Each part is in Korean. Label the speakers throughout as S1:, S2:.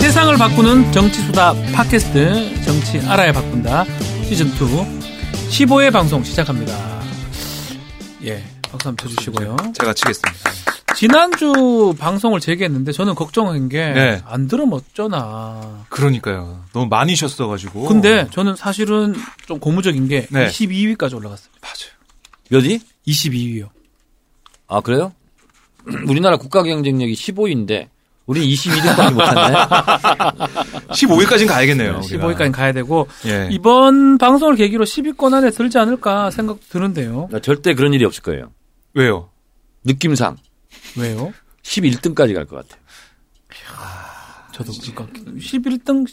S1: 세상을 바꾸는 정치수다 팟캐스트 정치 알아야 바꾼다 시즌2 15회 방송 시작합니다. 예, 박수 한번 쳐주시고요.
S2: 제가 치겠습니다.
S1: 지난주 방송을 재개했는데 저는 걱정한 게 안
S2: 네.
S1: 들으면 어쩌나.
S2: 그러니까요. 너무 많이 쉬었어가지고.
S1: 근데 저는 사실은 좀 고무적인 게
S2: 네.
S1: 22위까지 올라갔어요.
S3: 몇이?
S1: 22위요.
S3: 아 그래요? 우리나라 국가 경쟁력이 15위인데 우리는 22등밖에 못하네.
S2: 15위까지는 가야겠네요.
S1: 15위까지 가야 되고
S2: 예.
S1: 이번 방송을 계기로 10위권 안에 들지 않을까 생각 드는데요.
S3: 나 절대 그런 일이 없을 거예요.
S2: 왜요?
S3: 느낌상
S1: 왜요?
S3: 11등까지 갈 것 같아요.
S1: 저도 그러니까 그니까 11등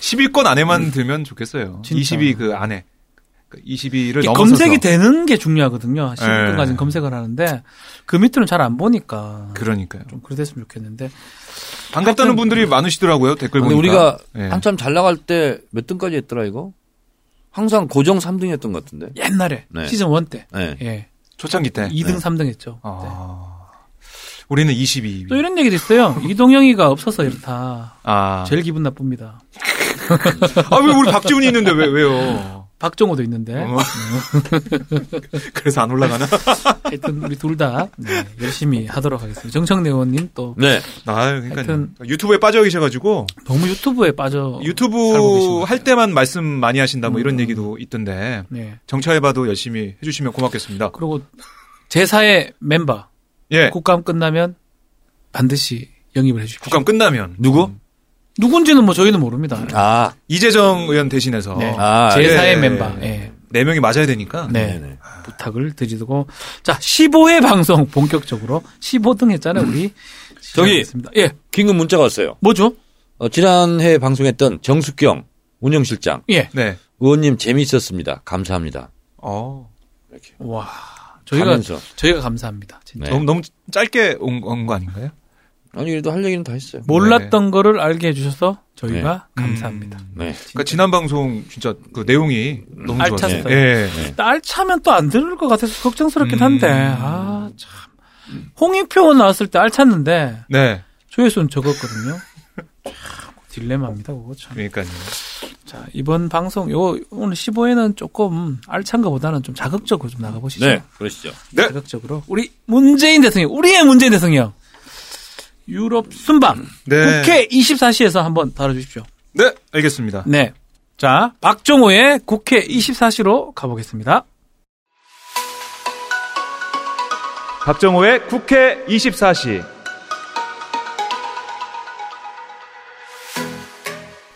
S2: 10위권 안에만 들면 좋겠어요.
S1: 음. 진짜.
S2: 20위 그 안에. 20위를
S1: 이게
S2: 넘어서.
S1: 검색이 되는 게 중요하거든요. 10등까지는
S2: 예.
S1: 검색을 하는데 그 밑으로는 잘 안 보니까
S2: 그러니까요.
S1: 좀 그랬으면 좋겠는데
S2: 반갑다는 분들이 많으시더라고요. 댓글
S3: 근데
S2: 보니까.
S3: 우리가
S2: 예.
S3: 한참 잘 나갈 때 몇 등까지 했더라 이거? 항상 고정 3등 했던 것 같은데.
S1: 옛날에
S3: 네.
S1: 시즌 1 때
S3: 네.
S1: 예.
S2: 초창기 때.
S1: 2등 3등 했죠. 그때.
S2: 아, 우리는 22위.
S1: 네. 또 이런 얘기도 있어요. 이동영이가 없어서 이렇다.
S2: 아.
S1: 제일 기분 나쁩니다.
S2: 아, 왜 우리 박지훈이 있는데 왜, 왜요?
S1: 박정호도 있는데
S2: 어. 그래서 안 올라가나?
S1: 하여튼 우리 둘 다 네, 열심히 하도록 하겠습니다. 정청래 의원님 또
S3: 네.
S2: 아, 그러니까
S1: 하여튼.
S2: 유튜브에 빠져 계셔가지고
S1: 너무 유튜브에
S2: 어,
S1: 빠져 살고 계신
S2: 유튜브
S1: 것
S2: 할 때만 말씀 많이 하신다 뭐
S1: 음.
S2: 이런 얘기도 있던데
S1: 네.
S2: 정차해봐도 열심히 해주시면 고맙겠습니다.
S1: 그리고 제사의 멤버
S2: 예.
S1: 국감 끝나면 반드시 영입을 해주십시오.
S2: 국감 음. 끝나면 음,
S3: 누구?
S1: 누군지는 뭐 저희는 모릅니다.
S3: 아.
S2: 이재정 의원 대신해서
S1: 네.
S3: 아,
S1: 제사의
S2: 어, 예.
S1: 멤버. 예.
S2: 네 명이 맞아야 되니까
S1: 네.
S3: 네네.
S1: 부탁을 드리고 자 15회 방송 본격적으로 15등 했잖아요 우리
S3: 저기.
S1: 시작하겠습니다. 예
S3: 긴급 문자가 왔어요.
S1: 뭐죠
S3: 어, 지난해 방송했던 정숙경 운영실장
S1: 예
S2: 네.
S3: 의원님 재미있었습니다. 감사합니다.
S2: 어.
S1: 와 저희가
S3: 하면서.
S1: 저희가 감사합니다 진짜
S3: 네.
S2: 너무 너무 짧게 온 거 아닌가요?
S3: 아니 그래도 할 얘기는 다 했어요.
S1: 몰랐던 거를 알게 해주셔서 저희가 감사합니다
S2: 음.
S3: 네.
S2: 그러니까 지난 방송 진짜 그 내용이 너무
S1: 알찼어요.
S2: 좋았어요. 예.
S1: 딸 차면 또 안 들을 것 같아서 걱정스럽긴 한데 아 참 홍익표 나왔을 때 알찼는데
S2: 네.
S1: 조회수는 적었거든요 참 딜레마입니다 그거 참
S2: 그러니까요.
S1: 자, 이번 방송 요 오늘 15회는 조금 알찬 거보다는 좀 자극적으로 좀 나가 보시죠.
S3: 네. 그러시죠.
S2: 네.
S1: 자극적으로 우리 문재인 대통령, 우리의 문재인 대통령 유럽 순방
S2: 네.
S1: 국회 24시에서 한번 다뤄 주십시오.
S2: 네. 알겠습니다.
S1: 네. 자, 박종호의 국회 24시로 가보겠습니다.
S4: 박정호의 국회 24시.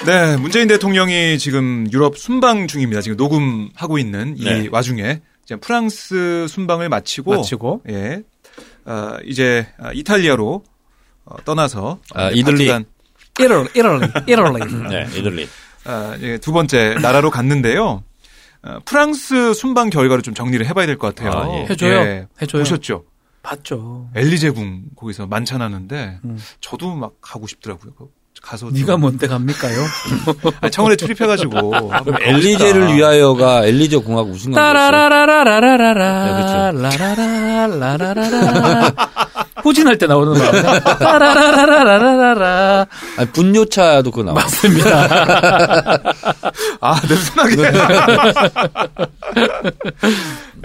S2: 네, 문재인 대통령이 지금 유럽 순방 중입니다. 지금 녹음하고 있는 이
S3: 네.
S2: 와중에 지금 프랑스 순방을
S3: 뭐?
S2: 마치고,
S1: 마치고.
S2: 예, 아, 이제 아, 이탈리아로 어, 떠나서
S3: 아,
S2: 이제
S3: 이들리.
S2: 바티칸,
S1: 이럴 이럴 이럴
S3: 네. 이들리.
S2: 아, 예, 두 번째 나라로 갔는데요. 아, 프랑스 순방 결과를 좀 정리를 해봐야 될 것 같아요.
S3: 아, 예.
S1: 해줘요. 해줘요.
S2: 보셨죠?
S1: 봤죠.
S2: 엘리제궁 거기서 만찬하는데
S1: 음.
S2: 저도 막 가고 싶더라고요. 거- 가서 좀-
S1: 네가 뭔데 갑니까요?
S2: 아니, 청원에 출입해가지고
S1: 아,
S3: 그럼
S1: 네.
S3: 엘리제를 위하여가 엘리제 공학 우승한 거였어요.
S1: 따라라라라라라라라 라라라라라라 후진할 때 나오는 거 따라라라라라라라
S3: 아니, 분뇨차도 그거 나와.
S1: 맞습니다.
S2: 아 냄새나게
S1: 네.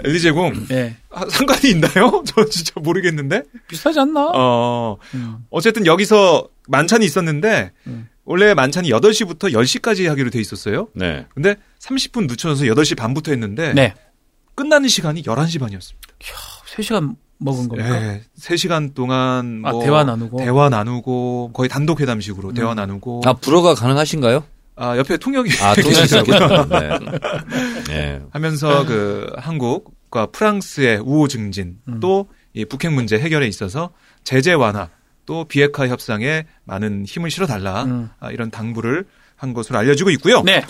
S2: 엘리제궁
S1: 예.
S2: 아, 상관이 있나요? 저 진짜 모르겠는데.
S1: 비싸지 않나?
S2: 어,
S1: 음.
S2: 어쨌든 여기서 만찬이 있었는데,
S1: 음.
S2: 원래 만찬이 8시부터 10시까지 하기로 돼 있었어요.
S3: 네.
S2: 근데 30분 늦춰서 8시 반부터 했는데,
S1: 네.
S2: 끝나는 시간이 11시 반이었습니다.
S1: 3시간 먹은 겁니까?
S2: 예, 3시간 동안. 뭐
S1: 아, 네. 대화 나누고?
S2: 대화 나누고, 거의
S1: 음.
S2: 단독회담식으로 대화 나누고.
S3: 아, 불어가 가능하신가요?
S2: 아, 옆에 통역이
S3: 아, 통할 수
S2: 계시더라고요.
S3: 있겠다. 네. 네.
S2: 하면서 그 한국과 프랑스의 우호 증진
S1: 음.
S2: 또 이 북핵 문제 해결에 있어서 제재 완화 또 비핵화 협상에 많은 힘을 실어달라
S1: 음.
S2: 아, 이런 당부를 한 것으로 알려지고 있고요.
S1: 네.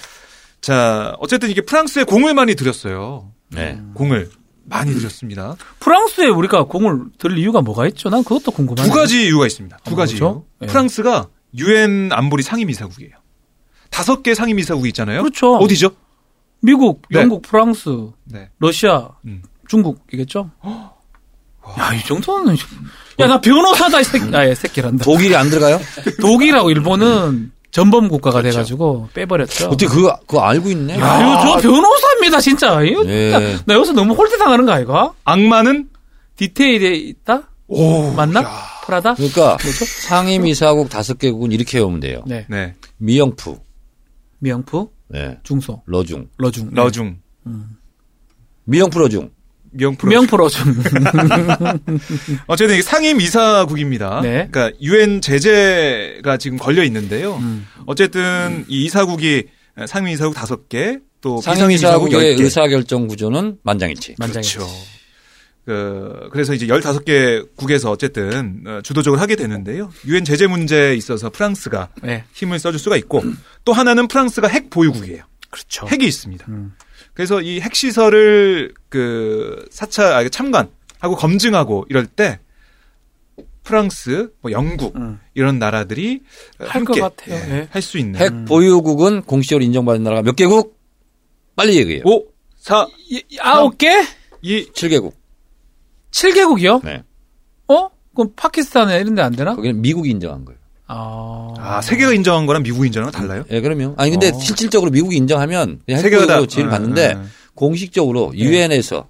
S2: 자 어쨌든 이게 프랑스에 공을 많이 들였어요.
S3: 네.
S1: 음.
S2: 공을 많이 들였습니다.
S1: 프랑스에 우리가 공을 들 이유가 뭐가 있죠? 난 그것도 궁금하네.
S2: 두 가지 이유가 있습니다. 두
S1: 아,
S2: 가지
S1: 그렇죠? 예.
S2: 이유. 프랑스가 유엔 안보리 상임이사국이에요. 다섯 개 상임이사국이 있잖아요.
S1: 그렇죠.
S2: 어디죠?
S1: 미국,
S2: 네.
S1: 영국, 프랑스,
S2: 네.
S1: 러시아,
S2: 음.
S1: 중국이겠죠? 야, 이 정도는. 야, 나 변호사다, 이 새끼. 아, 예, 새끼란다.
S3: 독일이 안 들어가요?
S1: 독일하고 일본은 전범 국가가 돼가지고 빼버렸죠.
S3: 어떻게 그거, 그거 알고
S1: 야,
S3: 있네?
S1: 이거 저 변호사입니다, 진짜. 이거
S3: 예.
S1: 진짜 나 여기서 너무 홀대 당하는 거 아이가?
S2: 악마는
S1: 디테일에 있다?
S2: 오
S1: 맞나? 프라다?
S3: 그러니까 상임이사국 다섯 개국은 이렇게 외우면 돼요.
S1: 네.
S2: 네
S3: 미영프,
S1: 미영프,
S3: 네.
S1: 중소,
S3: 러중.
S1: 러중. 네.
S2: 러중
S3: 미영프 러중.
S2: 명품
S1: 미영프 러중.
S2: 어쨌든 이게 상임 이사국입니다.
S1: 네.
S2: 그러니까 유엔 제재가 지금 걸려 있는데요. 어쨌든 이 이사국이 상임 이사국 다섯 개, 또 음. 비상 이사국 뭐 열
S3: 상임이사국의
S2: 개.
S3: 의사결정 구조는 만장일치.
S1: 만장일치.
S2: 그렇죠. 그 그래서 이제 15개 국에서 어쨌든 어, 주도적으로 하게 되는데요. 유엔 제재 문제에 있어서 프랑스가
S1: 네.
S2: 힘을 써줄 수가 있고 또 하나는 프랑스가 핵 보유국이에요.
S1: 그렇죠.
S2: 핵이 있습니다.
S1: 음.
S2: 그래서 이 핵 시설을 그 사차 아, 참관하고 검증하고 이럴 때 프랑스, 뭐 영국
S1: 음.
S2: 이런 나라들이
S1: 할것 같아요. 예.
S2: 할 수 있는
S3: 핵 보유국은 공식적으로 인정받은 나라가 몇 개국? 빨리 얘기해요.
S2: 5, 4,
S1: 이- 이 아홉 개?
S2: 2
S3: 7개국.
S1: 칠개국이요
S3: 네.
S1: 어? 그럼 파키스탄에 이런 데 안 되나?
S3: 거기는 미국이 인정한 거예요.
S1: 아.
S2: 아, 세계가 인정한 거랑 미국 인정한 거 달라요?
S3: 예, 그럼요. 아니 근데
S2: 어.
S3: 실질적으로 미국이 인정하면
S1: 네,
S3: 그냥
S2: 세계가 다-
S3: 핵보유국으로 제일
S2: 아,
S3: 받는데
S2: 아, 아.
S3: 공식적으로 유엔에서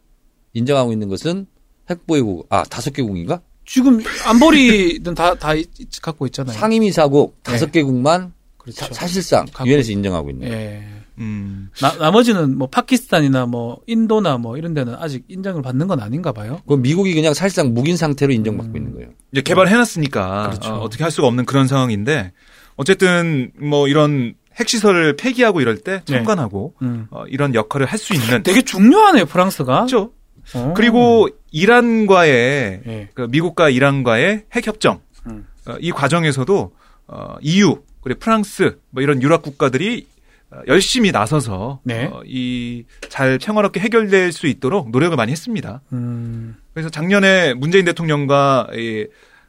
S3: 인정하고 있는 것은 핵보유국 아 다섯 개국인가
S1: 지금 안보리는 다, 다 있- 있- 갖고 있잖아요.
S3: 상임이사국
S1: 네.
S3: 다섯 개국만
S1: 그렇죠.
S3: 사실상
S1: 갖고
S3: 유엔에서 인정하고 있는 거예요.
S1: 예.
S2: 음.
S1: 나, 나머지는 뭐 파키스탄이나 뭐 인도나 뭐 이런 데는 아직 인정을 받는 건 아닌가 봐요.
S3: 그럼 미국이 그냥 사실상 무긴 상태로 인정받고 있는 거예요.
S2: 이제 개발해놨으니까
S1: 그렇죠.
S2: 어, 떻게할 수가 없는 그런 상황인데 어쨌든 뭐 이런 핵 시설을 폐기하고 이럴 때
S1: 네.
S2: 참관하고
S1: 음.
S2: 어, 이런 역할을 할 수 있는
S1: 되게 중요하네요, 프랑스가.
S2: 그렇죠.
S1: 어.
S2: 그리고 이란과의
S1: 예.
S2: 그 미국과 이란과의 핵 협정
S1: 음.
S2: 어, 이 과정에서도 어, EU 그리고 프랑스 뭐 이런 유럽 국가들이 어, 열심히 나서서 어,
S1: 네.
S2: 이 잘 평화롭게 해결될 수 있도록 노력을 많이 했습니다.
S1: 음,
S2: 그래서 작년에 문재인 대통령과 이,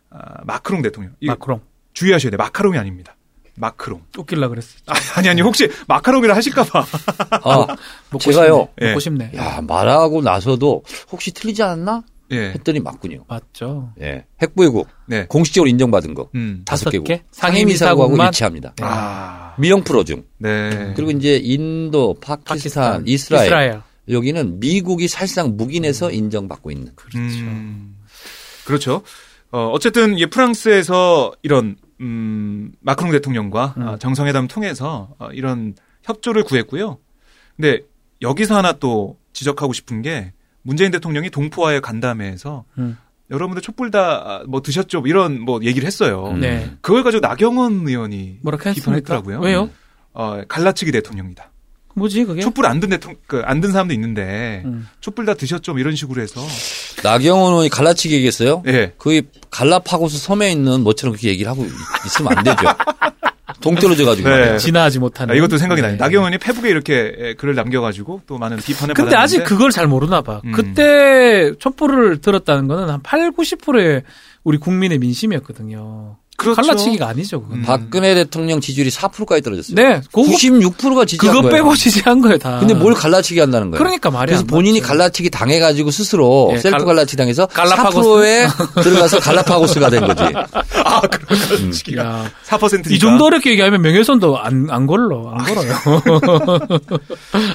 S2: 아, 마크롱 대통령 이
S1: 마크롱.
S2: 주의하셔야 돼요. 마카롱이 아닙니다. 마크롱.
S1: 웃길라 그랬어.
S2: 아, 아니 아니 혹시 마카롱이라 하실까봐.
S3: 아,
S1: 먹고
S3: 제가요.
S1: 싶네. 먹고
S2: 예.
S1: 싶네.
S3: 야 말하고 나서도 혹시 틀리지 않았나
S2: 예.
S3: 했더니 맞군요.
S1: 맞죠.
S3: 예, 핵보유국
S2: 네.
S3: 공식적으로 인정받은 거
S2: 음.
S3: 다섯
S1: 다섯 개?
S3: 개국 상임이사국하고
S1: 상임이사국만?
S3: 일치합니다.
S1: 네.
S2: 아.
S3: 미영프로 중
S2: 네.
S3: 그리고 이제 인도, 파키스탄, 이스라엘,
S1: 이스라엘.
S3: 여기는 미국이 사실상 무기내서 인정받고 있는.
S1: 음. 그렇죠.
S2: 음, 그렇죠. 어, 어쨌든 이 프랑스에서 이런 음, 마크롱 대통령과
S1: 음.
S2: 아, 정상회담 통해서 어, 이런 협조를 구했고요. 근데 여기서 하나 또 지적하고 싶은 게 문재인 대통령이 동포와의 간담회에서
S1: 음.
S2: 여러분들 촛불 다 뭐 드셨죠? 이런 뭐 얘기를 했어요.
S3: 음.
S1: 네.
S2: 그걸 가지고 나경원 의원이
S1: 뭐라 했습니까?
S2: 비판했더라고요.
S1: 왜요?
S2: 어, 갈라치기 대통령이다.
S1: 뭐지 그게?
S2: 촛불 안 든 대통령, 안 든 사람도 있는데
S1: 음.
S2: 촛불 다 드셨죠? 뭐 이런 식으로 해서
S3: 나경원 의원이 갈라치기 얘기했어요?
S1: 네.
S2: 예.
S3: 거의 갈라파고스 섬에 있는 너처럼 그렇게 얘기를 하고 있- 있으면 안 되죠. 동떨어져가지고.
S2: 네.
S1: 진화하지 못하는.
S2: 아, 이것도 생각이
S1: 네.
S2: 나요. 나경원이 페북에 이렇게 예, 글을 남겨가지고 또 많은 비판을
S1: 근데
S2: 네, 받았는데.
S1: 아직 그걸 잘 모르나 봐.
S2: 음.
S1: 그때 촛불을 들었다는 거는 한 8, 90%의 우리 국민의 민심이었거든요.
S2: 그렇죠.
S1: 갈라치기가 아니죠, 그건.
S2: 음.
S3: 박근혜 대통령 지지율이 4%까지 떨어졌어요.
S1: 네, 그거,
S3: 96%가 지지한
S1: 그거
S3: 거예요.
S1: 빼고 지지한 거예요, 다.
S3: 근데 뭘 갈라치기 한다는 거예요?
S1: 그러니까 말이야.
S3: 그래서 본인이 갈라치기 당해가지고 스스로
S1: 예,
S3: 셀프
S1: 갈-
S3: 갈라치기 당해서
S1: 갈라파고스.
S3: 4%에 들어가서 갈라파고스가 된 거지.
S2: 아, 갈라치기가 4%니까.
S1: 이 정도 어렵게 얘기하면 명예훼손도 안, 안 걸러. 안 걸어요.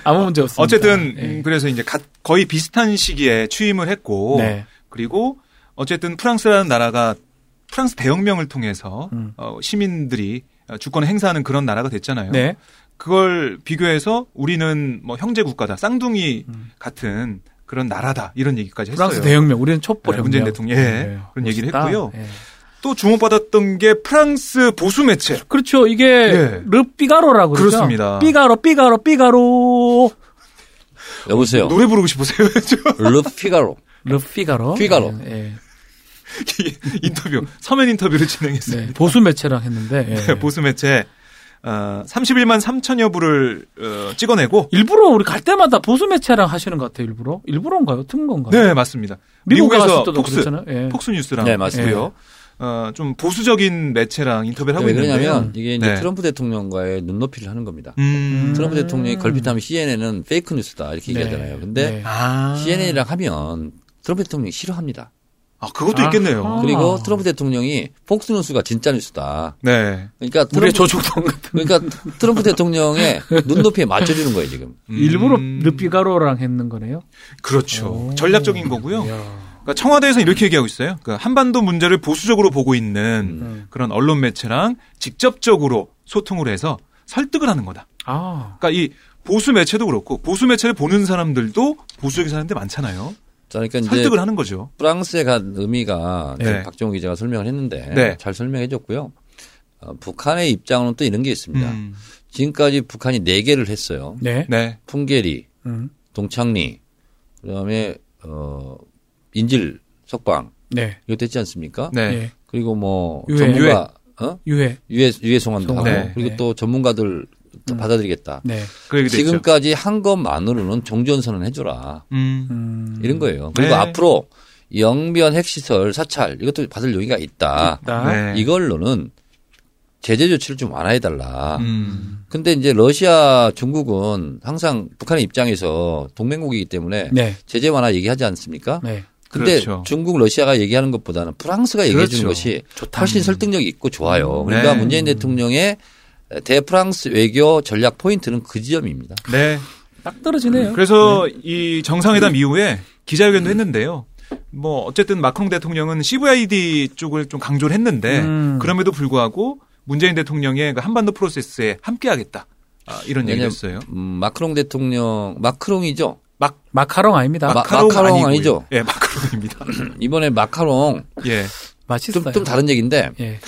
S1: 아무 문제 없습니다.
S2: 어쨌든
S1: 예.
S2: 음, 그래서 이제 가- 거의 비슷한 시기에 취임을 했고
S1: 네.
S2: 그리고 어쨌든 프랑스라는 나라가 프랑스 대혁명을 통해서
S1: 음.
S2: 어, 시민들이 어, 주권을 행사하는 그런 나라가 됐잖아요.
S1: 네.
S2: 그걸 비교해서 우리는 뭐 형제 국가다, 쌍둥이 같은 그런 나라다 이런 얘기까지 했어요.
S1: 음. 프랑스 대혁명, 우리는 촛불
S2: 네,
S1: 혁명.
S2: 문재인 대통령, 예, 그런 얘기를
S1: 멋있다.
S2: 했고요.
S1: 예.
S2: 또 주목받았던 게 프랑스 보수 매체.
S1: 그렇죠. 이게
S2: 예.
S1: 르삐가로라고 그러죠.
S2: 그렇습니다.
S1: 삐가로, 삐가로, 삐가로.
S3: 여보세요.
S2: 노래 부르고 싶으세요? 저
S3: 르피가로.
S1: 르피가로.
S3: 삐가로.
S1: 예, 예.
S2: 이 인터뷰, 서면 인터뷰를
S1: 네,
S2: 진행했어요. 네,
S1: 보수 매체랑 했는데 예.
S3: 네,
S2: 보수 매체 어, 31만 3천여 부를 어, 찍어내고
S1: 일부러 우리 갈 때마다 보수 매체랑 하시는 것 같아요. 일부러 일부러인가요? 틈 건가요?
S2: 네 맞습니다.
S1: 어. 미국에
S2: 미국에서
S1: 갔을 때도
S2: 폭스
S1: 그랬잖아요. 예.
S2: 폭스 뉴스랑
S3: 네, 맞습니다.
S2: 했고요. 어, 좀 보수적인 매체랑 인터뷰를
S1: 네,
S2: 하고
S3: 왜
S2: 있는데요.
S3: 그러냐면 이게 이제
S2: 네.
S3: 트럼프 대통령과의 눈높이를 하는 겁니다.
S2: 음,
S3: 트럼프
S1: 음.
S3: 대통령이 걸핏하면 CNN은 페이크 뉴스다 이렇게
S1: 네.
S3: 얘기하잖아요. 근데
S1: 네.
S2: 아,
S3: CNN이랑 하면 트럼프 대통령이 싫어합니다.
S2: 아, 그것도
S1: 아.
S2: 있겠네요.
S3: 그리고
S1: 아.
S3: 트럼프 대통령이 폭스 뉴스가 진짜 뉴스다.
S2: 네.
S3: 그러니까
S1: 우리의
S3: 트럼프,
S1: 저축당 같은.
S3: 그러니까 트럼프 대통령의 눈높이에 맞춰주는 거예요 지금.
S2: 음,
S1: 일부러 어. 르피가로랑 했는 거네요.
S2: 그렇죠.
S1: 오.
S2: 전략적인 거고요.
S1: 이야.
S2: 그러니까 청와대에서 이렇게 얘기하고 있어요. 그러니까 한반도 문제를 보수적으로 보고 있는
S1: 음.
S2: 그런 언론 매체랑 직접적으로 소통을 해서 설득을 하는 거다.
S1: 아,
S2: 그러니까 이 보수 매체도 그렇고 보수 매체를 보는 사람들도 보수적인 사람들 많잖아요.
S3: 자, 그러니까 이제
S2: 설득을 하는 거죠.
S3: 프랑스에 간 의미가 지금
S2: 네.
S3: 박정우 기자가 설명을 했는데
S2: 네.
S3: 잘 설명해줬고요. 어, 북한의 입장은 또 이런 게 있습니다.
S2: 음.
S3: 지금까지 북한이 네 개를 했어요.
S1: 네.
S2: 네.
S3: 풍계리,
S1: 음.
S3: 동창리, 그다음에 어, 인질, 석방
S1: 네.
S3: 이거 됐지 않습니까?
S2: 네.
S1: 예.
S3: 그리고 뭐
S1: 유해.
S3: 전문가 어?
S1: 유해.
S3: 유해 유해 송환도 하고
S2: 네.
S3: 그리고
S1: 네.
S3: 또 전문가들 또 받아들이겠다.
S1: 네.
S2: 그 얘기도 있죠.
S3: 지금까지 한 것만으로는 종전선언 해줘라
S2: 음.
S1: 음.
S3: 이런 거예요. 그리고
S2: 네.
S3: 앞으로 영변 핵시설 사찰 이것도 받을 용의가 있다.
S1: 있다.
S2: 네.
S3: 아, 이걸로는 제재 조치를 좀 완화해달라.
S2: 음.
S3: 근데 이제 러시아, 중국은 항상 북한의 입장에서 동맹국이기 때문에
S1: 네.
S3: 제재 완화 얘기하지 않습니까?
S1: 네.
S3: 근데
S2: 그렇죠.
S3: 중국, 러시아가 얘기하는 것보다는 프랑스가 얘기해 주는
S2: 그렇죠.
S3: 것이 훨씬 설득력이 있고 좋아요. 그러니까
S2: 네.
S3: 문재인 대통령의 대프랑스 외교 전략 포인트는 그 지점입니다.
S2: 네.
S1: 딱 떨어지네요.
S2: 그래서 이
S3: 네.
S2: 정상회담 이후에 기자회견도 했는데요. 뭐 어쨌든 마크롱 대통령은 CVID 쪽을 좀 강조를 했는데
S1: 음.
S2: 그럼에도 불구하고 문재인 대통령의 그 한반도 프로세스에 함께하겠다 아, 이런
S3: 왜냐면-
S2: 얘기했어요.
S3: 음, 마크롱 대통령, 마크롱이죠.
S1: 마카롱 아닙니다.
S3: 마- 마카롱 아니죠?
S2: 예, 마카롱입니다.
S3: 이번에 마카롱
S2: 예,
S1: 맛있어요.
S3: 좀, 좀 다른 얘기인데
S1: 예.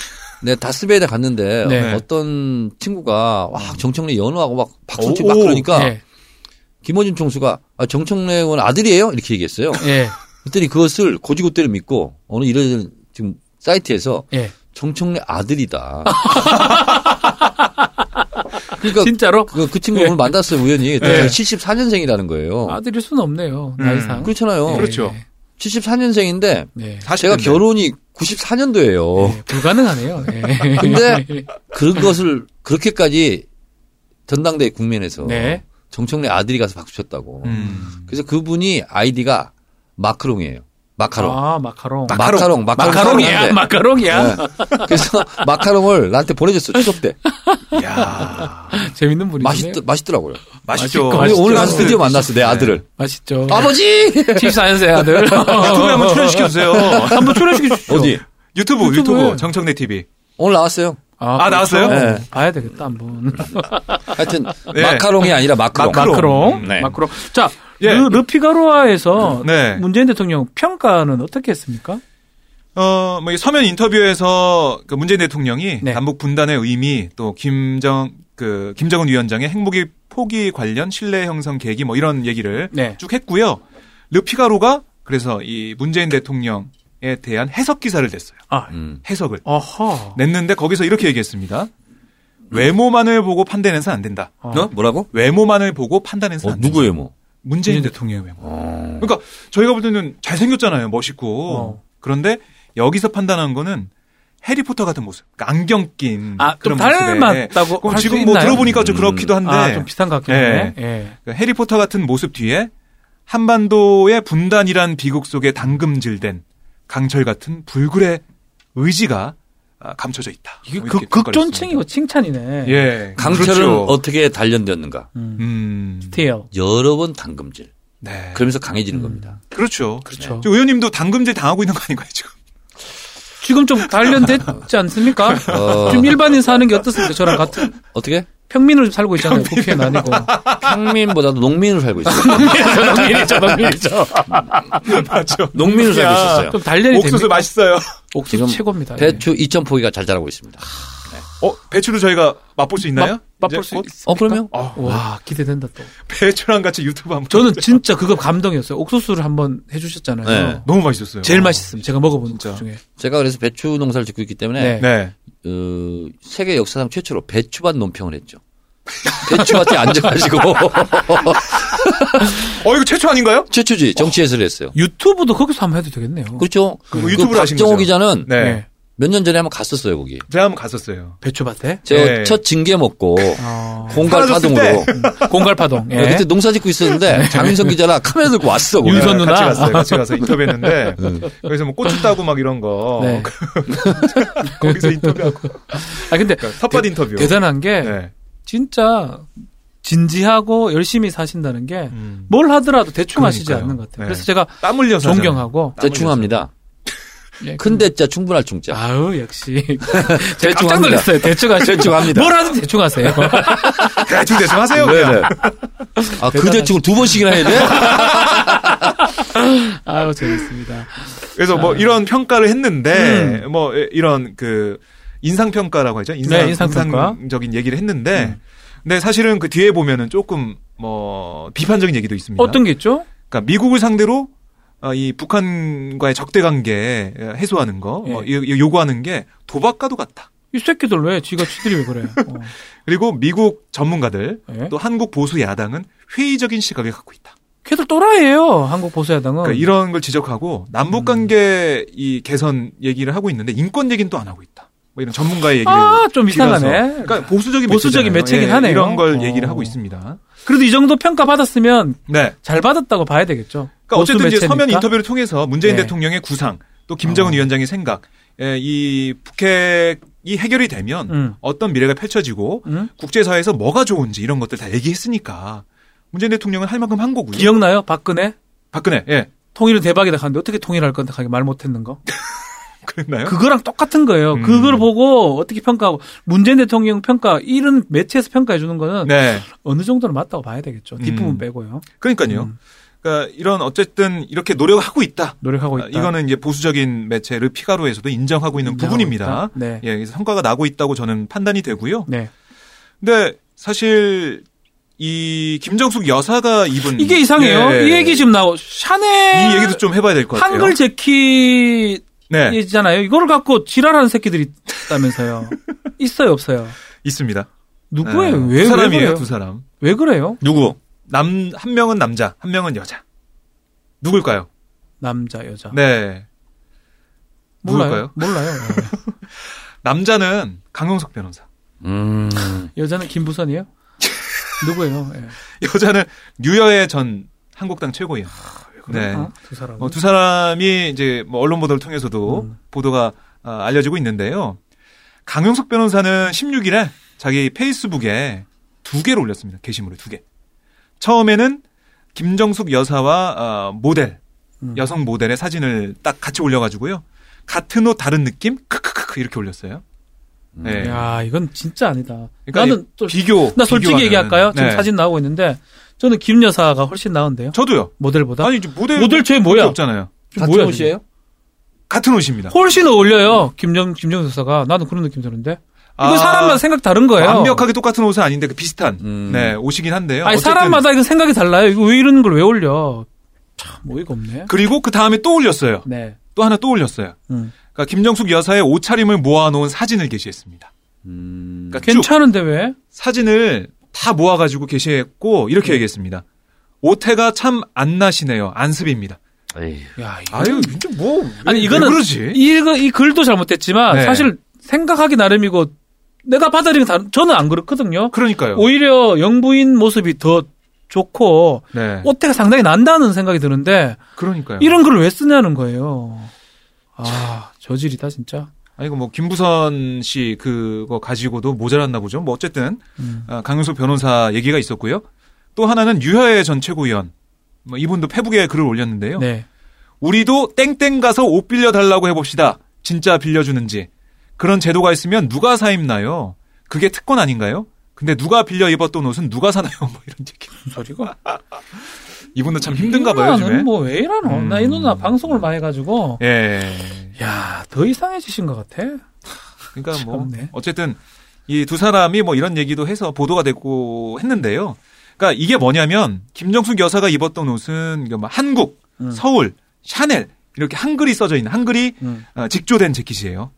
S3: 네, 다스베이다 갔는데
S1: 네.
S3: 어떤 친구가 와 정청래 연호하고 막 박수 치고 막
S2: 음. 오, 네. 오.
S3: 그러니까
S1: 예.
S3: 김원준 총수가 아, 정청래 의원 아들이에요 이렇게 얘기했어요.
S1: 예.
S3: 그랬더니 그것을 고지고대로 믿고 어느 이런 지금 사이트에서
S1: 예.
S3: 정청래 아들이다. 그러니까
S1: 진짜로
S3: 그, 그 친구 오늘 만났어요 우연히
S2: 예.
S3: 74년생이라는 거예요.
S1: 아들일 수는 없네요.
S2: 음.
S1: 나이상.
S3: 그렇잖아요.
S1: 예.
S2: 그렇죠.
S1: 예.
S3: 74년생인데
S1: 네.
S2: 사실
S3: 어, 제가 결혼이 94년도예요.
S1: 예, 불가능하네요. 예.
S3: 근데- 그것을 그렇게까지 전당대 회 국면에서
S1: 네.
S3: 정청래 아들이 가서 박수 쳤다고.
S2: 음.
S3: 그래서 그분이 아이디가 마크롱이에요. 마카롱.
S1: 아 마카롱.
S2: 마-
S3: 마카롱, 마카롱.
S1: 마카롱이야.
S3: 사람인데.
S1: 마카롱이야.
S3: 네. 그래서 마카롱을 나한테 보내줬어. 추석 때.
S2: 야
S1: 재밌는 분이네.
S3: 맛있, 맛있더라고요.
S2: 맛있죠.
S1: 맛있고,
S3: 근데
S1: 맛있죠.
S3: 오늘 가서 드디어 만났어. 내
S2: 네.
S3: 아들을.
S1: 맛있죠.
S3: 아버지!
S1: 74년생 아들.
S2: 유튜브에 한번 네, 출연시켜 주세요.
S1: 한번 출연시켜 주십시오.
S3: 어디?
S2: 유튜브,
S1: 유튜브에.
S2: 유튜브 정청래 TV.
S3: 오늘 나왔어요.
S2: 아, 나왔어요?
S1: 그렇죠.
S3: 네.
S1: 봐야 되겠다 한번.
S3: 하여튼,
S2: 네.
S3: 마카롱이 아니라 마카롱.
S2: 마카롱.
S1: 마크롱.
S3: 네.
S1: 마크롱. 자,
S2: 예.
S1: 르, 르피가로아에서
S2: 네.
S1: 문재인 대통령 평가는 어떻게 했습니까?
S2: 어, 뭐이 서면 인터뷰에서 그 문재인 대통령이
S1: 네.
S2: 남북 분단의 의미 또 김정 그 김정은 위원장의 핵무기 포기 관련 신뢰 형성 계기 뭐 이런 얘기를
S1: 네.
S2: 쭉 했고요. 르피가로가 그래서 이 문재인 대통령에 대한 해석 기사를 냈어요.
S1: 아,
S3: 음.
S2: 해석을
S1: 어허.
S2: 냈는데 거기서 이렇게 얘기했습니다.
S1: 음.
S2: 외모만을 보고 판단해서 안 된다.
S1: 어.
S3: 어? 뭐라고?
S2: 외모만을 보고 판단해서
S3: 어,
S2: 안 된다.
S3: 누구예요, 뭐?
S2: 문재인 대통령의 외모.
S3: 어.
S2: 그러니까 저희가 볼 때는 잘생겼잖아요. 멋있고.
S1: 어.
S2: 그런데 여기서 판단한 거는 해리포터 같은 모습. 그러니까 안경 낀
S1: 아, 좀
S2: 그런 모습에.
S1: 닮았다고
S2: 그럼
S1: 할수
S2: 지금 뭐
S1: 있나요?
S2: 들어보니까 좀
S3: 음.
S2: 그렇기도 한데
S1: 아, 좀 비슷한 것 같긴 하네. 예.
S2: 그러니까 해리포터 같은 모습 뒤에 한반도의 분단이란 비극 속에 당금질된 강철 같은 불굴의 의지가 아, 감춰져 있다.
S1: 이게
S2: 뭐
S1: 극,
S2: 이렇게 평가를
S1: 극존칭이고 칭찬이네.
S2: 했습니다. 예.
S3: 강철은
S2: 그렇죠.
S3: 어떻게 단련되었는가?
S1: 음.
S2: 음.
S1: 디테일.
S3: 여러 번 당금질.
S2: 네.
S3: 그러면서 강해지는
S1: 음.
S3: 겁니다.
S2: 그렇죠.
S1: 그렇죠.
S2: 지금 의원님도 당금질 당하고 있는 거 아닌가요, 지금?
S1: 지금 좀 단련됐지 않습니까?
S3: 어.
S1: 좀 일반인 사는 게 어떻습니까? 저랑 같은
S3: 어떻게?
S1: 평민으로 살고 있잖아요. 국회의원 아니고.
S3: 평민보다도 농민을 살고 있어요.
S1: 저놈이죠, 저놈이죠.
S2: 맞죠.
S3: 농민을 살고
S2: 야,
S3: 있었어요.
S1: 좀 단련이
S2: 옥수수
S1: 네, 됩니다.
S2: 맛있어요.
S1: 옥수수
S3: 지금
S1: 최고입니다. 예.
S3: 배추 2,000포기가 잘 자라고 있습니다.
S2: 어, 배추를 저희가 맛볼 수 있나요?
S1: 맛- 맛볼
S2: 이제
S1: 수
S2: 곧?
S1: 있-
S3: 어, 그러면?
S2: 어,
S1: 와, 기대된다 또.
S2: 배추랑 같이 유튜브 한번.
S1: 저는 진짜 그거 감동이었어요. 옥수수를 한번 해주셨잖아요.
S3: 네.
S2: 너무 맛있었어요.
S1: 제일 맛있음. 제가 먹어본
S2: 진짜.
S1: 옥수수 중에.
S3: 제가 그래서 배추 농사를 짓고 있기 때문에
S1: 네.
S2: 네.
S3: 어, 세계 역사상 최초로 배추밭 논평을 했죠. 배추밭에 앉아가지고
S2: 어, 이거 최초 아닌가요?
S3: 최초지 정치 해설을 했어요.
S1: 유튜브도 거기서 한번 해도 되겠네요.
S3: 그렇죠.
S2: 그럼 유튜브를 하신
S3: 박정호
S2: 거죠?
S3: 기자는
S2: 네.
S3: 몇 년 전에 한번 갔었어요 거기.
S2: 제가 한번 갔었어요.
S1: 배추밭에
S3: 제
S2: 네. 아.
S3: 첫 징계 먹고
S1: 어, 음.
S3: 공갈
S2: 사라졌을
S3: 파동으로
S1: 공갈파동. 예.
S3: 네, 그때 농사 짓고 있었는데 장윤성 기자랑 카메라 들고 왔어. 거기.
S1: 윤선
S2: 네,
S1: 누나?
S2: 같이 갔어요. 같이 가서 인터뷰했는데 거기서 뭐 고추 따고 막 이런 거
S3: 어.
S1: 네.
S2: 거기서 인터뷰하고
S1: 아 근데
S2: 그러니까 텃밭
S1: 대-
S2: 인터뷰.
S1: 대단한 게
S2: 네.
S1: 진짜 진지하고 열심히 사신다는 게 뭘
S2: 음.
S1: 하더라도 대충 하시지
S2: 그러니까요.
S1: 않는 것 같아요.
S2: 네.
S1: 그래서 제가
S2: 땀 흘려서
S1: 존경하고
S3: 대충 합니다.
S1: 예,
S3: 큰데 자 충분할 충자.
S1: 아유 역시
S3: 대충
S1: 깜짝
S3: 합니다.
S1: 놀랐어요. 대충 하시고
S3: 대충 합니다.
S1: 뭘 하든 대충 하세요.
S2: 하잖아요. 대충 대충
S1: 네,
S2: 하세요. 그냥.
S3: 아그 대충을 두 번씩이나 해야 돼?
S1: 아유 재밌습니다.
S2: 그래서
S1: 음.
S2: 뭐 이런 평가를 했는데 뭐 이런 그 인상 평가라고 하죠. 인상,
S1: 네, 인상평가. 음.
S2: 적인 얘기를 했는데 근데 사실은 그 뒤에 보면은 조금 뭐 비판적인 얘기도 있습니다.
S1: 어떤 게 있죠?
S2: 그러니까 미국을 상대로 어, 이 북한과의 적대 관계 해소하는 거 어,
S1: 예.
S2: 요- 요구하는 게 도박과도 같다.
S1: 이 새끼들 왜 지가 치들이 왜 그래? 어.
S2: 그리고 미국 전문가들
S1: 예?
S2: 또 한국 보수 야당은 회의적인 시각을 갖고 있다.
S1: 걔들 또라이예요. 한국 보수야당은.
S2: 그러니까 이런 걸 지적하고
S1: 음.
S2: 남북 관계 이 개선 얘기를 하고 있는데 인권 얘기는 또 안 하고 있다. 뭐 이런 전문가의 얘기를
S1: 아, 좀
S2: 빌어서.
S1: 이상하네.
S2: 그러니까 보수적인
S1: 보수적인
S2: 매체잖아요. 예,
S1: 매체긴 하네요.
S2: 이런 걸
S1: 어.
S2: 얘기를 하고 있습니다.
S1: 그래도 이 정도 평가 받았으면
S2: 네.
S1: 잘 받았다고 봐야 되겠죠.
S2: 그러니까
S1: 보수
S2: 어쨌든 이제
S1: 매체니까.
S2: 서면 인터뷰를 통해서 문재인
S1: 네.
S2: 대통령의 구상 또
S1: 어.
S2: 김정은 위원장의 생각 예, 이 북핵이 해결이 되면
S1: 음.
S2: 어떤 미래가 펼쳐지고
S1: 음?
S2: 국제사회에서 뭐가 좋은지 이런 것들 다 얘기했으니까 문재인 대통령은 할 만큼 한 거고요.
S1: 기억나요? 박근혜?
S2: 박근혜 예
S1: 통일은 대박이다 하는데 어떻게 통일할 건데 가게 말 못했는 거?
S2: 그랬나요?
S1: 그거랑 똑같은 거예요.
S2: 예? 음.
S1: 그걸 보고 어떻게 평가하고 문재인 대통령 평가 이런 매체에서 평가해 주는 거는
S2: 네.
S1: 어느 정도는 맞다고 봐야 되겠죠. 뒷부분
S2: 음.
S1: 빼고요.
S2: 그러니까요.
S1: 음.
S2: 그러니까 이런 어쨌든 이렇게 노력하고 있다.
S1: 노력하고 있다.
S2: 아, 이거는 이제 보수적인 매체를 피가로에서도 인정하고 있는
S1: 인정하고
S2: 부분입니다.
S1: 있다. 네.
S2: 예, 그래서 성과가 나고 있다고 저는 판단이 되고요.
S1: 네.
S2: 근데 사실 이 김정숙 여사가 입은
S1: 이게 이상해요.
S2: 예,
S1: 이 얘기 지금 나오 샤넬
S2: 이 얘기도 좀 해봐야 될 것 같아요.
S1: 한글 예. 재킷이잖아요.
S2: 네,
S1: 이걸 갖고 지랄하는 새끼들이 있다면서요. 있어요, 없어요.
S2: 있습니다.
S1: 누구예요? 왜,
S2: 네. 두
S1: 왜
S2: 사람이에요?
S1: 그래요?
S2: 두 사람.
S1: 왜 그래요?
S2: 누구? 남 한 명은 남자, 한 명은 여자. 누굴까요?
S1: 남자, 여자.
S2: 네.
S1: 몰라요.
S2: 누굴까요?
S1: 몰라요. 네.
S2: 남자는 강용석 변호사.
S3: 음.
S1: 예. 여자는 김부선이에요? 누구예요? 예.
S2: 여자는 뉴여의 전 한국당 최고위원. 네.
S1: 어? 두 사람.
S2: 어, 두 사람이 이제 뭐 언론 보도를 통해서도
S1: 음.
S2: 보도가 아, 알려지고 있는데요. 강용석 변호사는 16일에 자기 페이스북에 두 개를 올렸습니다. 게시물에 두 개. 처음에는 김정숙 여사와 아, 모델
S1: 음.
S2: 여성 모델의 사진을 딱 같이 올려가지고요. 같은 옷 다른 느낌 크크크크 이렇게 올렸어요. 네.
S1: 음. 야, 이건 진짜 아니다.
S2: 그러니까
S1: 나는 또,
S2: 비교.
S1: 나 솔직히
S2: 비교하면은.
S1: 얘기할까요? 지금
S2: 네.
S1: 사진 나오고 있는데, 저는 김 여사가 훨씬 나은데요?
S2: 저도요.
S1: 모델보다?
S2: 아니 이제 모델
S1: 그러니까? 모델 쟤
S2: 그게
S1: 뭐야?
S2: 없잖아요.
S1: 쟤
S3: 같은
S1: 뭐야,
S3: 옷이에요?
S2: 같은 옷입니다.
S1: 지금? 훨씬 어울려요, 김정, 김정 여사가. 나는 그런 느낌 드는데. 이건
S2: 아,
S1: 사람마다 생각 다른 거예요.
S2: 완벽하게 똑같은 옷은 아닌데 그 비슷한
S3: 음.
S2: 네 옷이긴 한데요.
S1: 아니,
S2: 어쨌든
S1: 사람마다 이거 생각이 달라요. 이거 왜 이런 걸 왜 올려? 참, 뭐 어이가 없네.
S2: 그리고 그 다음에 또 올렸어요.
S1: 네.
S2: 또 하나 또 올렸어요.
S1: 음.
S2: 그러니까 김정숙 여사의 옷차림을 모아놓은 사진을 게시했습니다.
S3: 음.
S2: 그러니까 쭉
S1: 괜찮은데 왜?
S2: 사진을 다 모아가지고 게시했고 이렇게
S1: 네.
S2: 얘기했습니다. 오태가 참 안 나시네요. 안습입니다.
S3: 에이.
S1: 야, 이거
S2: 아유, 이제 뭐
S1: 아니, 이거는-
S2: 왜 그러지?
S1: 이, 글- 이 글도 잘못됐지만
S2: 네.
S1: 사실 생각하기 나름이고 내가 받아들이는 다 저는 안 그렇거든요.
S2: 그러니까요.
S1: 오히려 영부인 모습이 더 좋고
S2: 네,
S1: 옷대가 상당히 난다는 생각이 드는데
S2: 그러니까요.
S1: 이런 걸 왜 쓰냐는 거예요. 아 저질이다 진짜.
S2: 아니 이거 뭐 김부선 씨 그거 가지고도 모자랐나 보죠. 뭐 어쨌든
S1: 음.
S2: 아, 강윤석 변호사 얘기가 있었고요. 또 하나는 유하의 전 최고위원. 뭐 이분도 페북에 글을 올렸는데요.
S1: 네.
S2: 우리도 땡땡 가서 옷 빌려 달라고 해봅시다. 진짜 빌려주는지. 그런 제도가 있으면 누가 사입나요? 그게 특권 아닌가요? 근데 누가 빌려 입었던 옷은 누가 사나요? 뭐 이런 얘기.
S1: 소리가
S2: 이분도 참 힘든가 봐요, 요즘에.
S1: 뭐왜 이러노?
S2: 음.
S1: 나 이 누나 방송을 많이 해가지고
S2: 예.
S1: 야 더 이상해지신 것 같아.
S2: 음. 그러니까 뭐
S1: 참네.
S2: 어쨌든 이 두 사람이 뭐 이런 얘기도 해서 보도가 됐고 했는데요. 그러니까 이게 뭐냐면 김정숙 여사가 입었던 옷은 이거 뭐 한국,
S1: 음.
S2: 서울, 샤넬 이렇게 한글이 써져 있는 한글이
S1: 음.
S2: 어, 직조된 재킷이에요.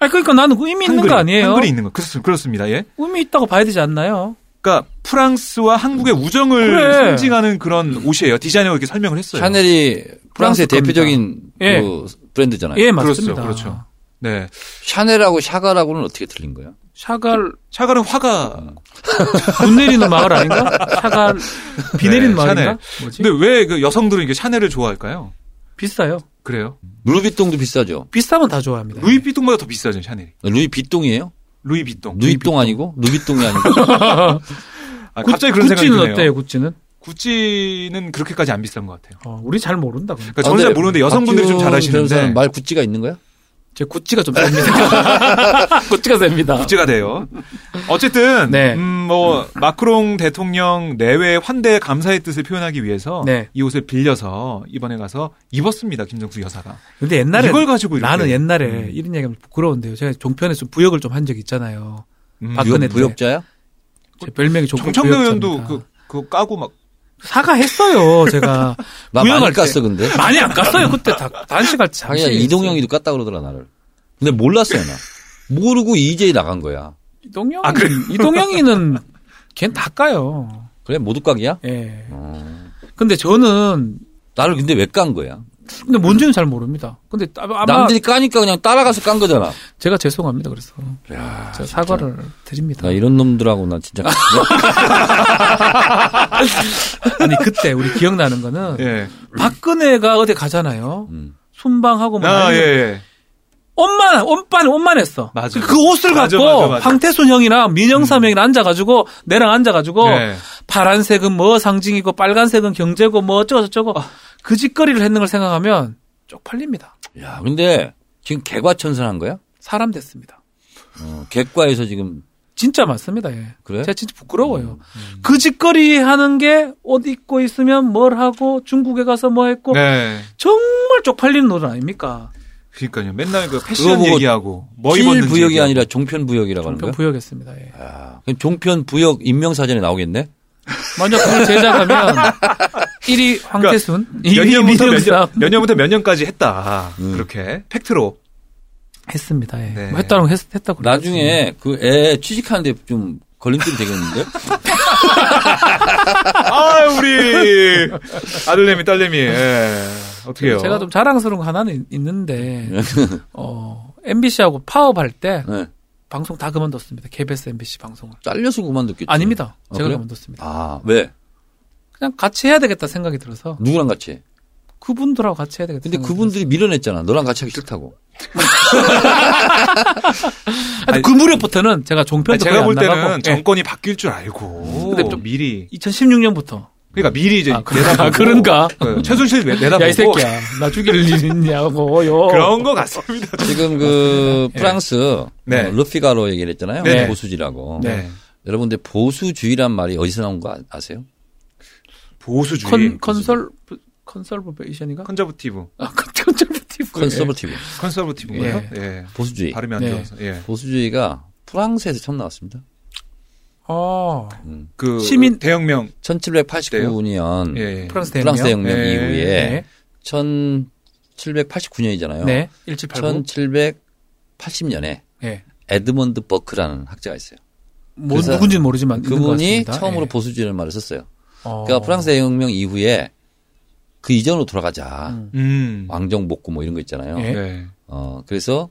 S1: 아 그러니까 나는 그 의미 있는
S2: 한글이,
S1: 거 아니에요?
S2: 한글이 있는 거. 그렇습- 그렇습니다. 예.
S1: 의미 있다고 봐야 되지 않나요?
S2: 그러니까 프랑스와 한국의 우정을
S1: 그래.
S2: 상징하는 그런 옷이에요. 디자이너가 이렇게 설명을 했어요.
S3: 샤넬이
S1: 프랑스
S3: 프랑스의
S1: 겁니다.
S3: 대표적인
S1: 예.
S3: 그 브랜드잖아요.
S1: 예 맞습니다.
S2: 그렇죠, 그렇죠. 네.
S3: 샤넬하고 샤가라고는 어떻게 틀린 거예요?
S1: 샤갈
S2: 샤갈은 화가.
S1: 눈 내리는 마을 아닌가? 샤갈 비
S2: 네,
S1: 내리는 마을인가?
S2: 샤넬.
S1: 뭐지?
S2: 근데 왜 그 여성들은 이게 샤넬을 좋아할까요?
S1: 비싸요.
S2: 그래요?
S3: 루이비통도 비싸죠.
S1: 비싸면 다 좋아합니다.
S2: 루이비통보다 더 비싸죠, 샤넬이.
S3: 루이비통이에요?
S2: 어, 루이비통.
S3: 루이비통 아니고 루비통이 아니고
S2: 아, 갑자기 그런 생각이
S1: 구찌는
S2: 드네요.
S1: 어때요? 구찌는?
S2: 구찌는 그렇게까지 안 비싼 것 같아요.
S1: 어, 우리 잘 모른다. 그럼.
S2: 그러니까 저는 잘 모르는데 여성분들이 좀
S3: 아, 박지훈 변호사는
S2: 잘하시는데
S3: 말 구찌가 있는 거야?
S1: 제 구찌가 좀 셉니다. 구찌가 셉니다.
S2: 구찌가 돼요. 어쨌든
S1: 네.
S2: 음, 뭐 마크롱 대통령 내외 환대 감사의 뜻을 표현하기 위해서
S1: 네.
S2: 이 옷을 빌려서 이번에 가서 입었습니다. 김정숙 여사가.
S1: 근데 옛날에
S2: 이걸 가지고 이렇게.
S1: 나는 옛날에
S2: 음.
S1: 이런 얘기하면 부끄러운데요. 제가 종편에서 좀 부역을 좀 한 적 있잖아요.
S2: 음,
S1: 박-
S3: 무협,
S1: 박근혜 때.
S3: 무협자야?
S1: 제 별명이 종편
S2: 정청래 의원도
S1: 부역자입니다.
S2: 그, 그 까고 막
S1: 사과했어요. 제가
S3: 나
S1: 구형할
S3: 많이
S1: 때. 아,
S3: 깠어 근데.
S1: 많이 안 갔어요. 그때 다 단식할 때
S3: 당연히
S1: 잠시
S3: 이동영이도 깠다 그러더라 나를. 근데 몰랐어요 나. 모르고 이제 나간 거야.
S1: 이동영
S2: 아, 그래요?
S1: 이동영이는 걘다 까요.
S3: 그래 모두 깍이야?
S1: 예.
S3: 어.
S1: 근데 저는
S3: 나를 근데 왜 깐 거야?
S1: 근데 뭔지는 잘 모릅니다. 근데 아- 아마
S3: 남들이 까니까 그냥 따라가서 깐 거잖아.
S1: 제가 죄송합니다. 그래서 제가 사과를 드립니다.
S3: 나 이런 놈들하고 나 진짜
S1: 아니 그때 우리 기억나는 거는
S2: 예.
S1: 박근혜가 어디 가잖아요.
S3: 음.
S1: 순방하고 뭐
S2: 아,
S1: 하는
S2: 예, 예.
S1: 엄마, 엄빠는 엄마냈어.
S2: 맞아.
S1: 그 옷을
S2: 맞아,
S1: 갖고
S2: 맞아, 맞아.
S1: 황태순 형이랑 민영삼 형이랑 앉아가지고 내랑 앉아가지고
S2: 네.
S1: 파란색은 뭐 상징이고 빨간색은 경제고 뭐 어쩌고 저쩌고 그 짓거리를 했는 걸 생각하면 쪽팔립니다.
S3: 야 근데 지금 개과천선한 거야?
S1: 사람 됐습니다.
S3: 어, 객과에서 지금
S1: 진짜 많습니다. 예.
S3: 그래?
S1: 제가 진짜
S2: 음,
S1: 부끄러워요. 그 짓거리 하는 게 옷 입고 있으면 뭘 하고 중국에 가서 뭐 했고
S2: 네.
S1: 정말 쪽팔리는 노릇 아닙니까?
S2: 그러니까요. 맨날 그
S3: 그거
S2: 패션
S3: 보고
S2: 얘기하고 뭐
S3: 필
S2: 입었는지
S3: 부역이
S2: 얘기하고.
S3: 아니라 종편 부역이라고 하는
S1: 종편
S3: 거야?
S1: 부역했습니다. 예.
S3: 아, 그럼 종편 부역 임명사전에 나오겠네?
S1: 만약 그걸 제작하면 1위 황태순,
S2: 그러니까 몇
S1: 2위
S2: 년부터 몇,
S1: 민영삼
S2: 년, 몇 년부터 몇 년까지 했다.
S3: 음.
S2: 그렇게 팩트로.
S1: 했습니다. 예.
S2: 네.
S1: 뭐 했다고 했, 했다고 그래요.
S3: 나중에 그 애 취직하는데 좀 걸림돌이 되겠는데?
S2: 아, 우리 아들내미 딸내미. 예. 어떻게요?
S1: 제가 좀 자랑스러운 거 하나는 있는데 어, MBC하고 파업할 때
S3: 네.
S1: 방송 다 그만뒀습니다. KBS, MBC 방송을.
S3: 잘려서 그만뒀겠지.
S1: 아닙니다.
S3: 아,
S1: 제가
S3: 그래요?
S1: 그만뒀습니다.
S3: 아, 왜?
S1: 그냥 같이 해야 되겠다 생각이 들어서
S3: 누구랑 같이 해?
S1: 그분들하고 같이 해야 되겠다.
S3: 근데
S1: 생각이
S3: 그분들이 밀어냈잖아. 너랑 같이 하기 싫다고.
S1: 들어서. 하여튼 그 무렵부터는 제가
S2: 아니,
S1: 종편도
S2: 제가
S1: 거의
S2: 볼
S1: 안
S2: 때는
S1: 나가고
S2: 정권이 바뀔 줄 알고.
S1: 근데 좀
S2: 미리.
S1: 2016년부터
S2: 그러니까 미리 이제
S1: 아, 그런-
S2: 내다보고.
S1: 아, 그런가?
S2: 그 최순실 내- 내다보고.
S1: 야 이 새끼야 어. 나 죽일 일 있냐고 요
S2: 그런 것 같습니다.
S3: 지금 그 프랑스
S2: 네.
S1: 예.
S3: 어, 르피가로 얘기를 했잖아요.
S2: 네.
S3: 보수지라고.
S2: 네.
S3: 여러분들 보수주의란 말이 어디서 나온 거 아- 아세요?
S2: 보수주의.
S1: 컨, 컨설 컨설버베이션인가?
S2: 컨저버티브.
S1: 아 컨설버티브
S3: 컨서버티브.
S2: 컨서버티브예요? 예.
S3: 보수주의.
S2: 발음이 안
S1: 네.
S2: 좋아서. 예.
S3: 보수주의가 프랑스에서 처음 나왔습니다.
S1: 아
S3: 음.
S2: 그
S1: 시민- 음,
S2: 대혁명.
S3: 1789년
S2: 예.
S1: 프랑스 대혁명
S3: 프랑스 예. 대혁명
S2: 네.
S3: 이후에
S1: 네.
S3: 1789년이잖아요.
S1: 네. 1789.
S3: 1780년에
S1: 예.
S3: 에드먼드 버크라는 학자가 있어요.
S1: 뭐
S3: 그래서
S1: 누군지는 모르지만 있는 것
S3: 그분이
S1: 같습니다.
S3: 처음으로
S1: 예.
S3: 보수주의라는 말을 썼어요.
S1: 어.
S3: 그러니까 프랑스 대혁명 이후에 그 이전으로 돌아가자.
S1: 음.
S2: 음.
S3: 왕정 복구 뭐 이런 거 있잖아요.
S1: 예.
S2: 네.
S3: 어, 그래서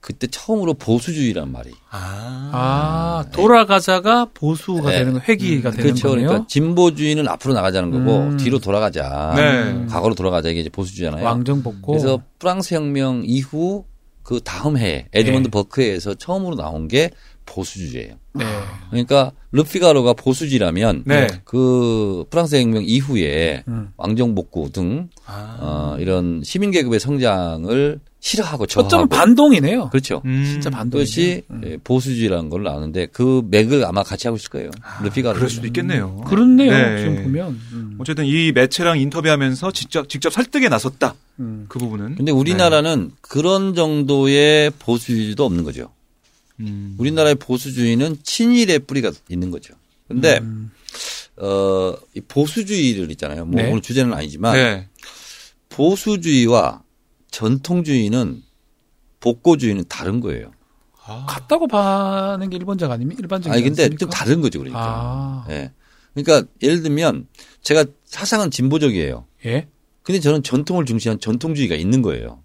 S3: 그때 처음으로 보수주의란 말이.
S2: 아.
S1: 아 돌아가자가 보수가
S3: 음. 네.
S1: 되는 거 회기가 되는
S3: 그렇죠.
S1: 거네요.
S3: 그러니까 진보주의는 앞으로 나가자는 거고
S1: 음.
S3: 뒤로 돌아가자.
S2: 네.
S3: 과거로 돌아가자 이게 이제 보수주의잖아요.
S1: 왕정 복고.
S3: 네. 그래서 프랑스 혁명 이후 그 다음 해에 에드먼드
S1: 네.
S3: 버크에서 처음으로 나온 게 보수주의예요.
S1: 네.
S3: 그러니까 르피가로가 보수주의라면
S2: 네.
S3: 그 프랑스 혁명 이후에
S1: 음.
S3: 왕정 복구 등
S2: 아.
S3: 어, 이런 시민 계급의 성장을 싫어하고
S1: 초점
S3: 저하고
S1: 반동이네요.
S3: 그렇죠.
S2: 음.
S1: 진짜 반동.
S3: 아, 그것이 예, 보수주의라는 걸로 아는데 그 맥을 아마 같이 하고 있을 거예요. 르피가로.
S2: 그럴 수도 있겠네요.
S1: 그렇네요.
S2: 네. 뭐,
S1: 지금 보면. 음.
S2: 어쨌든 이 매체랑 인터뷰하면서 직접 직접 설득에 나섰다.
S1: 음.
S2: 그 부분은.
S3: 근데 우리나라는 그런 정도의 보수주의도 없는 거죠.
S2: 네. 음.
S3: 우리나라의 보수주의는 친일의 뿌리가 있는 거죠. 근데
S1: 음.
S3: 어, 이 보수주의를 있잖아요. 뭐
S1: 네.
S3: 오늘 주제는 아니지만
S2: 네.
S3: 보수주의와 전통주의는 복고주의는 다른 거예요.
S2: 아,
S1: 같다고 봐는 게 일반적 아니면 일반적인.
S3: 아니 근데 좀 다른 거죠, 그러니까.
S1: 아
S3: 예. 그러니까 예를 들면 제가 사상은 진보적이에요.
S1: 예.
S3: 근데 저는 전통을 중시한 전통주의가 있는 거예요.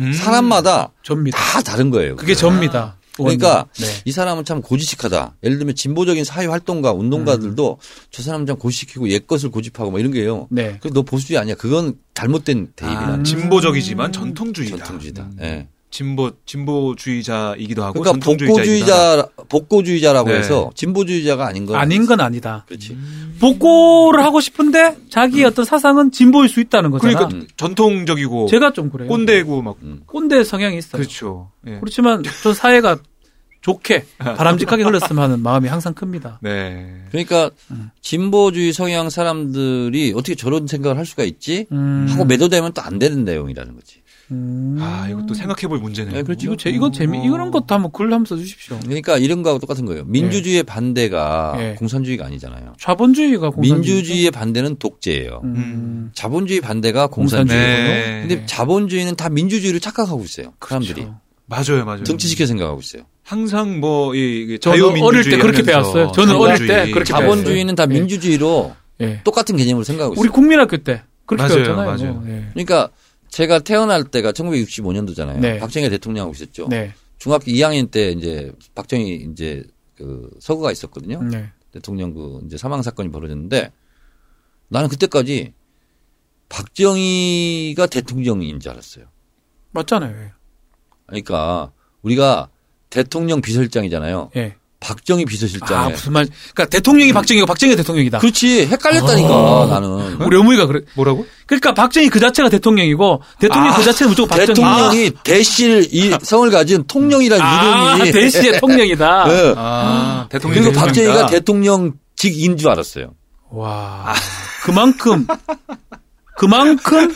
S2: 음.
S3: 사람마다
S1: 접니다.
S3: 다 다른 거예요.
S1: 그게 접니다.
S3: 네. 그러니까
S1: 의원님. 네.
S3: 이 사람은 참 고지식하다. 예를 들면 진보적인 사회 활동가, 운동가들도
S2: 음.
S3: 저 사람 참 고지식이고 옛 것을 고집하고 막 이런 게요.
S1: 네.
S3: 그너 보수주의 아니야. 그건 잘못된
S2: 아,
S3: 대입이라는
S2: 진보적이지만 전통주의다.
S3: 음. 전통주의다.
S2: 음.
S3: 예.
S2: 진보 진보주의자이기도 하고
S3: 그러니까
S2: 전통주의자이기도
S3: 복고주의자 복고주의자라고
S2: 네. 음.
S3: 해서 진보주의자가 아닌 건
S1: 아닌 건 아니다.
S3: 그렇지.
S1: 복고를 하고 싶은데 자기 어떤 사상은 진보일 수 있다는 거잖아.
S2: 그러니까 전통적이고
S1: 뭐 제가 좀 그래요.
S2: 꼰대고 막
S1: 꼰대 성향이 있어요.
S2: 그렇죠. 예.
S1: 그렇지만 전 사회가 좋게 바람직하게 흘렀으면 하는 마음이 항상 큽니다.
S2: 네.
S3: 그러니까 진보주의 성향 사람들이 어떻게 저런 생각을 할 수가 있지?
S1: 음.
S3: 하고 매도되면 또 안 되는 내용이라는 거지.
S1: 음.
S2: 아 이것도 생각해볼 문제네요. 음.
S3: 네, 그렇죠.
S1: 이거 제 이거 재미 이런 것도 한번 글 한번 써주십시오.
S3: 그러니까 이런 거하고 똑같은 거예요. 민주주의의 반대가
S1: 예.
S3: 공산주의가 아니잖아요.
S1: 좌본주의가 공산주의죠?
S3: 민주주의의 반대는 독재예요.
S1: 음.
S3: 자본주의 반대가 공산주의.
S1: 공산주의. 예.
S2: 네.
S3: 근데 자본주의는 다 민주주의를 착각하고 있어요. 사람들이
S1: 그렇죠. 예.
S2: 맞아요, 맞아요.
S3: 등치시켜 생각하고 있어요.
S2: 항상 뭐이
S1: 저는
S2: 자유민주주의
S1: 어릴 때 그렇게
S2: 하면서
S1: 배웠어요. 저는 어릴 때
S2: 자본주의.
S1: 그렇게 배웠어요.
S3: 자본주의는 다
S1: 예.
S3: 민주주의로
S1: 예.
S3: 똑같은 개념으로 생각하고 있어요.
S1: 우리 국민학교 때 그렇게
S2: 맞아요,
S1: 배웠잖아요.
S2: 맞아요.
S1: 뭐. 예.
S3: 그러니까 제가 태어날 때가 1965년도잖아요.
S1: 네.
S3: 박정희 대통령하고 있었죠.
S1: 네.
S3: 중학교 2학년 때 이제 박정희 이제 그 서구가 있었거든요.
S1: 네.
S3: 대통령 그 이제 사망 사건이 벌어졌는데 나는 그때까지 박정희가 대통령인 줄 알았어요.
S1: 맞잖아요. 예.
S3: 그러니까 우리가 대통령 비서실장이잖아요.
S1: 예.
S3: 박정희
S1: 아
S3: 비서실장에
S1: 무슨 말? 그러니까 대통령이 박정희고 박정희가 대통령이다.
S3: 음. 그렇지
S1: 아.
S3: 헷갈렸다니까 나는
S1: 우리 어머니가 그래.
S2: 뭐라고?
S1: 그러니까 박정희 그 자체가 대통령이고 대통령
S3: 아,
S1: 그 자체는 무조건 박정희.
S3: 대통령이 대실 이 성을 가진 통령이라는
S1: 아,
S3: 이름이
S1: 대시의 통령이다.
S3: 예.
S2: 아, 대통령
S3: 그리고 박정희가 대통령직인 줄 알았어요.
S1: 와 그만큼 그만큼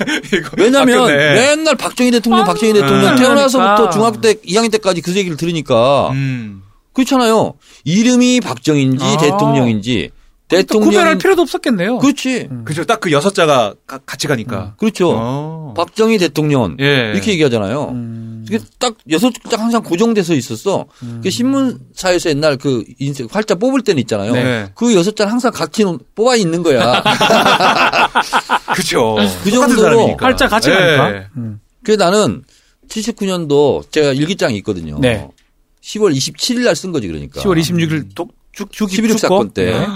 S3: 왜냐면
S2: 바뀌었네.
S3: 맨날 박정희 대통령, 박정희 대통령
S2: 음.
S3: 태어나서부터
S1: 그러니까.
S3: 중학교 때 2학년 때까지 그 얘기를 들으니까
S2: 음.
S3: 그렇잖아요. 이름이 박정희인지
S1: 아.
S3: 대통령인지
S1: 또 구별할
S3: 대통령
S1: 필요도 음. 없었겠네요.
S3: 그렇지
S2: 그죠. 딱 그 여섯 자가 가- 같이 가니까.
S3: 그렇죠.
S2: 어.
S3: 박정희 대통령
S2: 예.
S3: 이렇게 얘기하잖아요.
S1: 음,
S3: 이게 딱 여섯 딱 항상 고정돼서 있었어. 그 신문사에서 옛날 그 인쇄 활자 뽑을 때는 있잖아요.
S2: 네.
S3: 그 여섯 자는 항상 같이 놓- 뽑아 있는 거야.
S2: 아, 그죠.
S3: 그
S2: 똑같은
S3: 정도로
S2: 사람이니까.
S1: 팔자 같이
S2: 예.
S1: 가니까.
S3: 그러니까.
S1: 음.
S3: 네. 그래서 나는 79년도 제가 일기장이 있거든요.
S1: 네.
S3: 10월 27일 날 쓴 거지 그러니까.
S1: 10월 26일 독, 죽, 죽,
S3: 11.6 사건 때. 아.
S1: 네.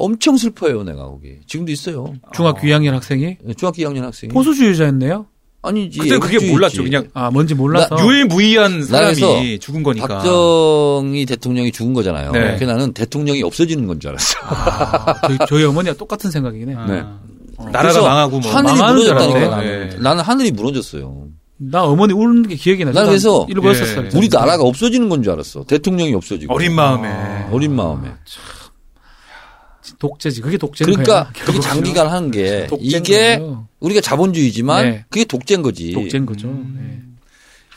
S3: 엄청 슬퍼요 내가 거기. 지금도 있어요.
S1: 중학교 2학년 학생이
S3: 중학교 2학년 학생이.
S1: 보수주의자였네요.
S3: 아니지.
S2: 그때 그게
S3: 애국주의지.
S2: 몰랐죠. 그냥
S1: 아 뭔지 몰라서
S2: 유일무이한 사람이
S3: 나라에서
S2: 죽은 거니까.
S3: 박정희 대통령이 죽은 거잖아요.
S2: 그러니까. 네.
S3: 그래서 나는 대통령이 없어지는 건 줄 알았어. 요
S1: 아, 저희, 저희 어머니와 똑같은 생각이네.
S2: 아.
S3: 네.
S2: 나라가 망하고 뭐.
S3: 하늘이
S1: 망하는 줄
S3: 무너졌다니까
S2: 알았네.
S3: 나는.
S2: 네.
S3: 나는 하늘이 무너졌어요.
S1: 나 어머니 우는 게 기억이 나.
S3: 난 그래서
S1: 일본였었어요.
S2: 예.
S3: 우리 나라가 없어지는 건 줄 알았어. 대통령이 없어지고. 아,
S2: 어린 마음에. 아,
S3: 어린 마음에.
S1: 독재지. 그게 독재.
S3: 그러니까
S2: 그렇죠.
S3: 그게 장기간 하는 게
S1: 독재인
S3: 이게 예.
S1: 거예요.
S3: 우리가 자본주의지만
S1: 네.
S3: 그게 독재인 거지.
S1: 독재인 거죠. 예.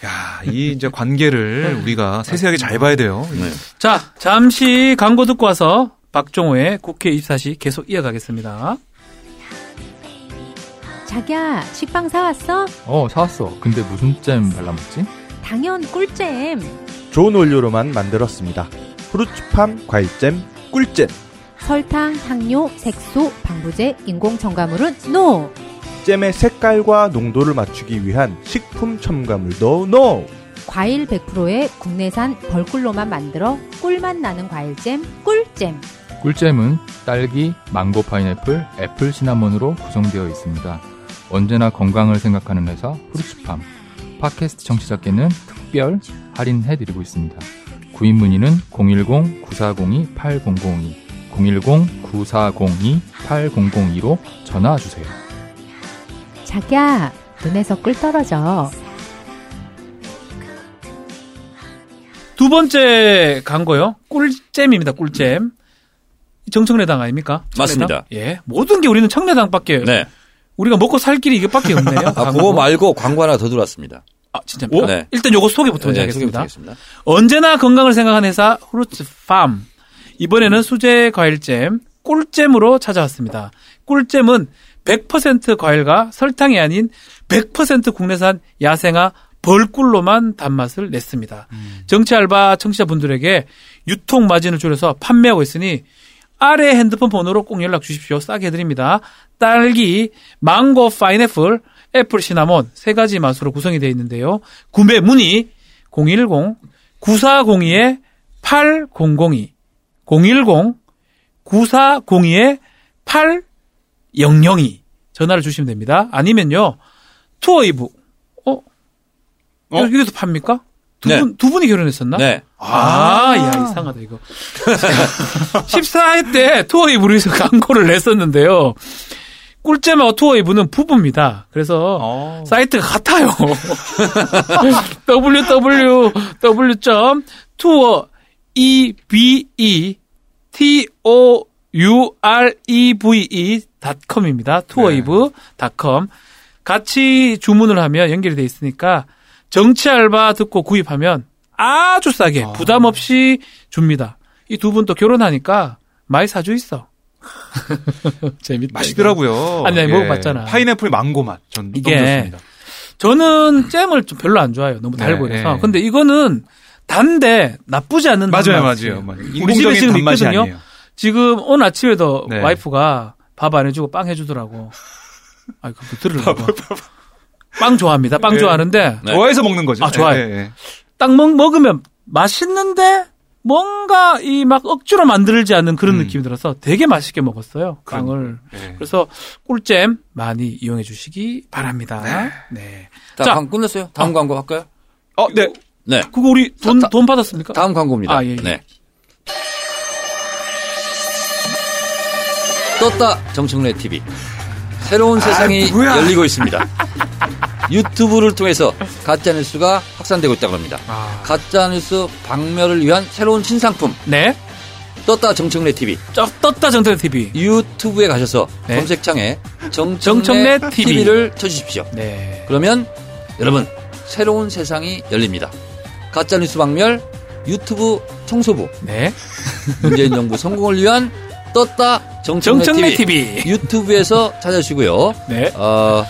S2: 예. 야, 이 이제 관계를 우리가 세세하게 잘 봐야 돼요.
S3: 네.
S1: 예. 자 잠시 광고 듣고 와서 박종호의 국회 24시 계속 이어가겠습니다.
S4: 자기야, 식빵 사왔어?
S5: 어, 사왔어. 근데 무슨 잼 발라먹지?
S4: 당연 꿀잼.
S6: 좋은 원료로만 만들었습니다. 후르츠팜 과일잼 꿀잼
S4: 설탕, 향료, 색소, 방부제, 인공 첨가물은 NO!
S6: 잼의 색깔과 농도를 맞추기 위한 식품 첨가물도 NO
S4: 과일 100%의 국내산 벌꿀로만 만들어 꿀맛 나는 과일잼, 꿀잼.
S5: 꿀잼은 딸기, 망고 파인애플, 애플 시나몬으로 구성되어 있습니다. 언제나 건강을 생각하는 회사 후르츠팜. 팟캐스트 청취자께는 특별 할인해드리고 있습니다. 구입 문의는 010-9402-8002, 010-9402-8002로 전화주세요.
S4: 자기야, 눈에서 꿀 떨어져.
S1: 두 번째 광고요. 꿀잼입니다. 꿀잼. 정청래당 아닙니까?
S3: 맞습니다.
S1: 청래당? 예. 모든 게 우리는 청래당밖에
S3: 네.
S1: 우리가 먹고 살 길이 이게밖에 없네요.
S3: 아,
S1: 광고.
S3: 그거 말고 광고 하나 더 들어왔습니다.
S1: 아, 진짜입니까?
S3: 오? 네.
S1: 일단 요거 소개부터 먼저
S3: 네,
S1: 하겠습니다.
S3: 소개부탁드리겠습니다.
S1: 언제나 건강을 생각한 회사 후르츠팜. 이번에는 수제 과일잼, 꿀잼으로 찾아왔습니다. 꿀잼은 100% 과일과 설탕이 아닌 100% 국내산 야생화 벌꿀로만 단맛을 냈습니다. 정치 알바 청취자분들에게 유통 마진을 줄여서 판매하고 있으니 아래 핸드폰 번호로 꼭 연락 주십시오. 싸게 해드립니다. 딸기, 망고, 파인애플, 애플, 시나몬 세 가지 맛으로 구성이 되어 있는데요. 구매 문의 010-9402-8002 010-9402-8002 전화를 주시면 됩니다. 아니면요. 투어이브. 어?
S3: 어?
S1: 여기서 팝니까? 두,
S3: 네.
S1: 분, 두 분이 결혼했었나?
S3: 네.
S1: 아, 야, 이상하다, 이거. 14회 때 투어이브에서 광고를 냈었는데요. 꿀잼하고 투어이브는 부부입니다. 그래서
S2: 어.
S1: 사이트가 같아요. www.toureve.com입니다. 투어이브.com. 같이 주문을 하면 연결이 돼 있으니까 정치 알바 듣고 구입하면 아주 싸게 부담 없이 줍니다. 이 두 분 또 결혼하니까 많이 사주 있어. 재밌다.
S2: 맛있더라고요. 예.
S1: 아니, 아니, 먹어봤잖아.
S2: 파인애플 망고 맛. 전
S1: 이게
S2: 너무 좋습니다.
S1: 저는 잼을 좀 별로 안 좋아해요. 너무 달고
S2: 네,
S1: 그래서.
S2: 네.
S1: 근데 이거는 단데 나쁘지 않은
S2: 맞아요,
S1: 단맛.
S2: 맞아요. 맞아요.
S1: 우리 집에
S2: 음. 예. 인공적인
S1: 지금
S2: 단맛이
S1: 있거든요.
S2: 아니에요.
S1: 지금 오늘 아침에도
S2: 네.
S1: 와이프가 밥 안 해주고 빵 해주더라고. 아, 그거 들으려고. 빵 좋아합니다. 빵
S2: 네.
S1: 좋아하는데
S3: 네.
S2: 좋아해서 먹는 거죠.
S1: 아, 좋아요.
S2: 예, 예.
S1: 딱 먹, 먹으면 맛있는데 뭔가 이 막 억지로 만들지 않는 그런
S2: 음.
S1: 느낌이 들어서 되게 맛있게 먹었어요.
S2: 그런-
S1: 빵을.
S2: 예.
S1: 그래서 꿀잼 많이 이용해 주시기 바랍니다. 네.
S3: 자,
S1: 자.
S3: 광고 끝났어요. 다음 광고 할까요?
S2: 어, 네.
S3: 네.
S1: 그거 우리 돈,
S3: 다-
S1: 돈 받았습니까?
S3: 다음 광고입니다.
S1: 아, 예, 예.
S3: 네. 떴다 정청래 TV
S1: 아,
S3: 새로운 세상이
S2: 뭐야.
S3: 열리고 있습니다. 유튜브를 통해서 가짜 뉴스가 확산되고 있다고 합니다. 가짜 뉴스 박멸을 위한 새로운 신상품
S1: 아. 네.
S3: 떴다 정청래 TV
S1: 쩍 떴다 정태현 TV.
S3: 유튜브에 가셔서
S1: 네.
S3: 검색창에 정청래,
S1: 정청래
S3: TV.
S1: TV
S3: 를 쳐주십시오.
S1: 네.
S3: 그러면 여러분 새로운 세상이 열립니다. 가짜 뉴스 박멸 유튜브 청소부
S1: 네.
S3: 문재인 정부 성공을 위한 떴다 정청래,
S1: 정청래
S3: TV.
S1: TV.
S3: 유튜브에서 찾아주시고요.
S1: 네.
S3: 어,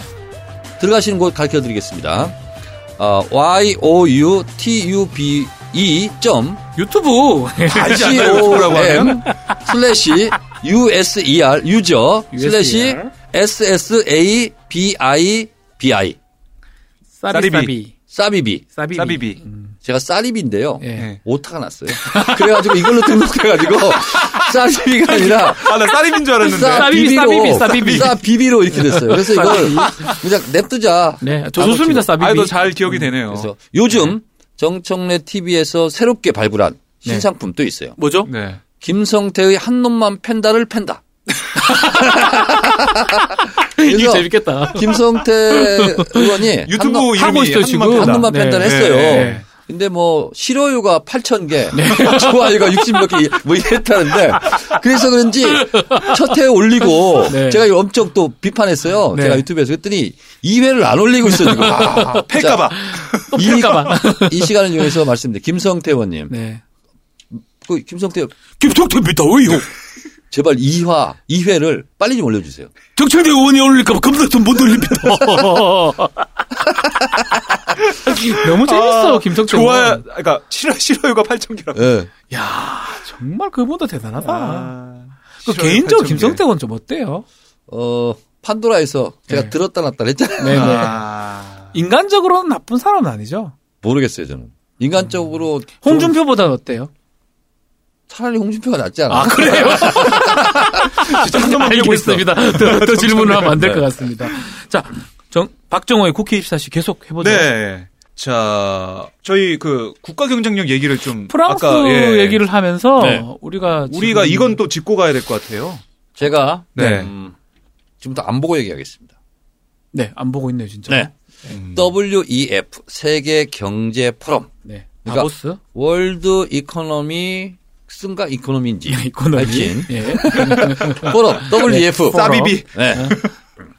S3: 들어가시는 곳 가르쳐 드리겠습니다. 어, y o u t u b e 점
S1: 유튜브. 네.
S3: 다시
S2: 않나요? 유튜브라고 하면?
S3: 슬래시 user 유저
S2: E
S3: 슬래시 ssa bi bi
S2: 싸리비.
S1: 싸비비.
S3: 싸비비
S1: 싸비비.
S2: 싸비비.
S3: 제가 싸리비인데요.
S1: 예.
S2: 예.
S3: 오타가 났어요. 그래가지고 이걸로 등록해가지고 싸비비가 아니라
S2: 아, 나 쌀이 인줄 알았는데.
S1: 싸- 싸비비, 싸비비, 싸비비.
S3: 로 이렇게 됐어요. 그래서 이걸 그냥 냅두자.
S1: 네. 저 좋습니다, 싸비비.
S2: 아, 너잘 기억이 되네요.
S3: 그래서 요즘 정청래 TV에서 새롭게 발굴한
S1: 네.
S3: 신상품 또 있어요.
S1: 뭐죠?
S2: 네.
S3: 김성태의 한 놈만 팬다를 팬다.
S1: 이거
S3: 그래서
S1: 재밌겠다.
S3: 김성태 의원이 한
S2: 유튜브
S3: 놈-
S1: 하고
S2: 이름이
S1: 있어요, 지금.
S2: 한만
S3: 한
S2: 팬다.
S3: 놈만
S1: 네, 네.
S3: 팬다를
S2: 네,
S3: 했어요.
S2: 네.
S3: 근데 뭐 실어요가 8천 개, 좋아요가 60몇 개 뭐 이랬다는데 그래서 그런지 첫 회 올리고
S1: 네.
S3: 제가 이거 엄청 또 비판했어요.
S1: 네.
S3: 제가 유튜브에서 그랬더니 2회를 안 올리고 있어요 지금. 아,
S2: 팰까봐.
S1: 또
S3: 이-
S1: 필까봐.
S3: 이 시간을 이용해서 말씀드립니다. 김성태 의원님,
S1: 네.
S3: 그 김성태
S1: 김성태입니다, 왜요?
S3: 제발 2화, 2회를 빨리 좀 올려주세요.
S1: 정청대 의원이 올릴까봐 검색도 못 올립니다. 너무 재밌어, 김성태 의원.
S2: 아, 좋아, 그러니까 싫어 싫어요가 8천 개라고.
S3: 예.
S1: 야 정말 그보다 대단하다. 아. 그
S2: 싫어요,
S1: 개인적으로
S2: 8,000 아, 개.
S1: 김성태 의원 좀 어때요?
S3: 어 판도라에서 제가
S1: 네.
S3: 들었다 놨다 했잖아요.
S1: 네,
S2: 아.
S1: 인간적으로는 나쁜 사람은 아니죠.
S3: 모르겠어요 저는. 인간적으로 좀
S1: 홍준표보다는 어때요?
S3: 차라리 홍준표가 낫지 않아?
S1: 아, 그래요?
S2: 아,
S1: 알겠습니다. 더, 더 질문을 하면 안 될 것 같습니다. 자, 정, 박정호의 국회 24시 계속 해보죠.
S2: 네. 자, 저희 그 국가 경쟁력 얘기를 좀
S1: 프랑스
S2: 아까, 예.
S1: 얘기를 하면서
S3: 네.
S1: 우리가
S2: 우리가
S1: 지금
S2: 이건 또 짚고 가야 될 것 같아요.
S3: 제가
S2: 네.
S3: 음, 지금부터 안 보고 얘기하겠습니다.
S1: 네, 안 보고 있네요, 진짜.
S3: 네. WEF 세계 경제 포럼
S1: 네.
S3: 그러니까-
S1: 다보스
S3: 월드 이코노미 승가 이코노미인지
S1: 이코노미.
S3: 하여튼
S1: 예.
S3: 포럼 WEF
S2: 싸비비.
S3: 네.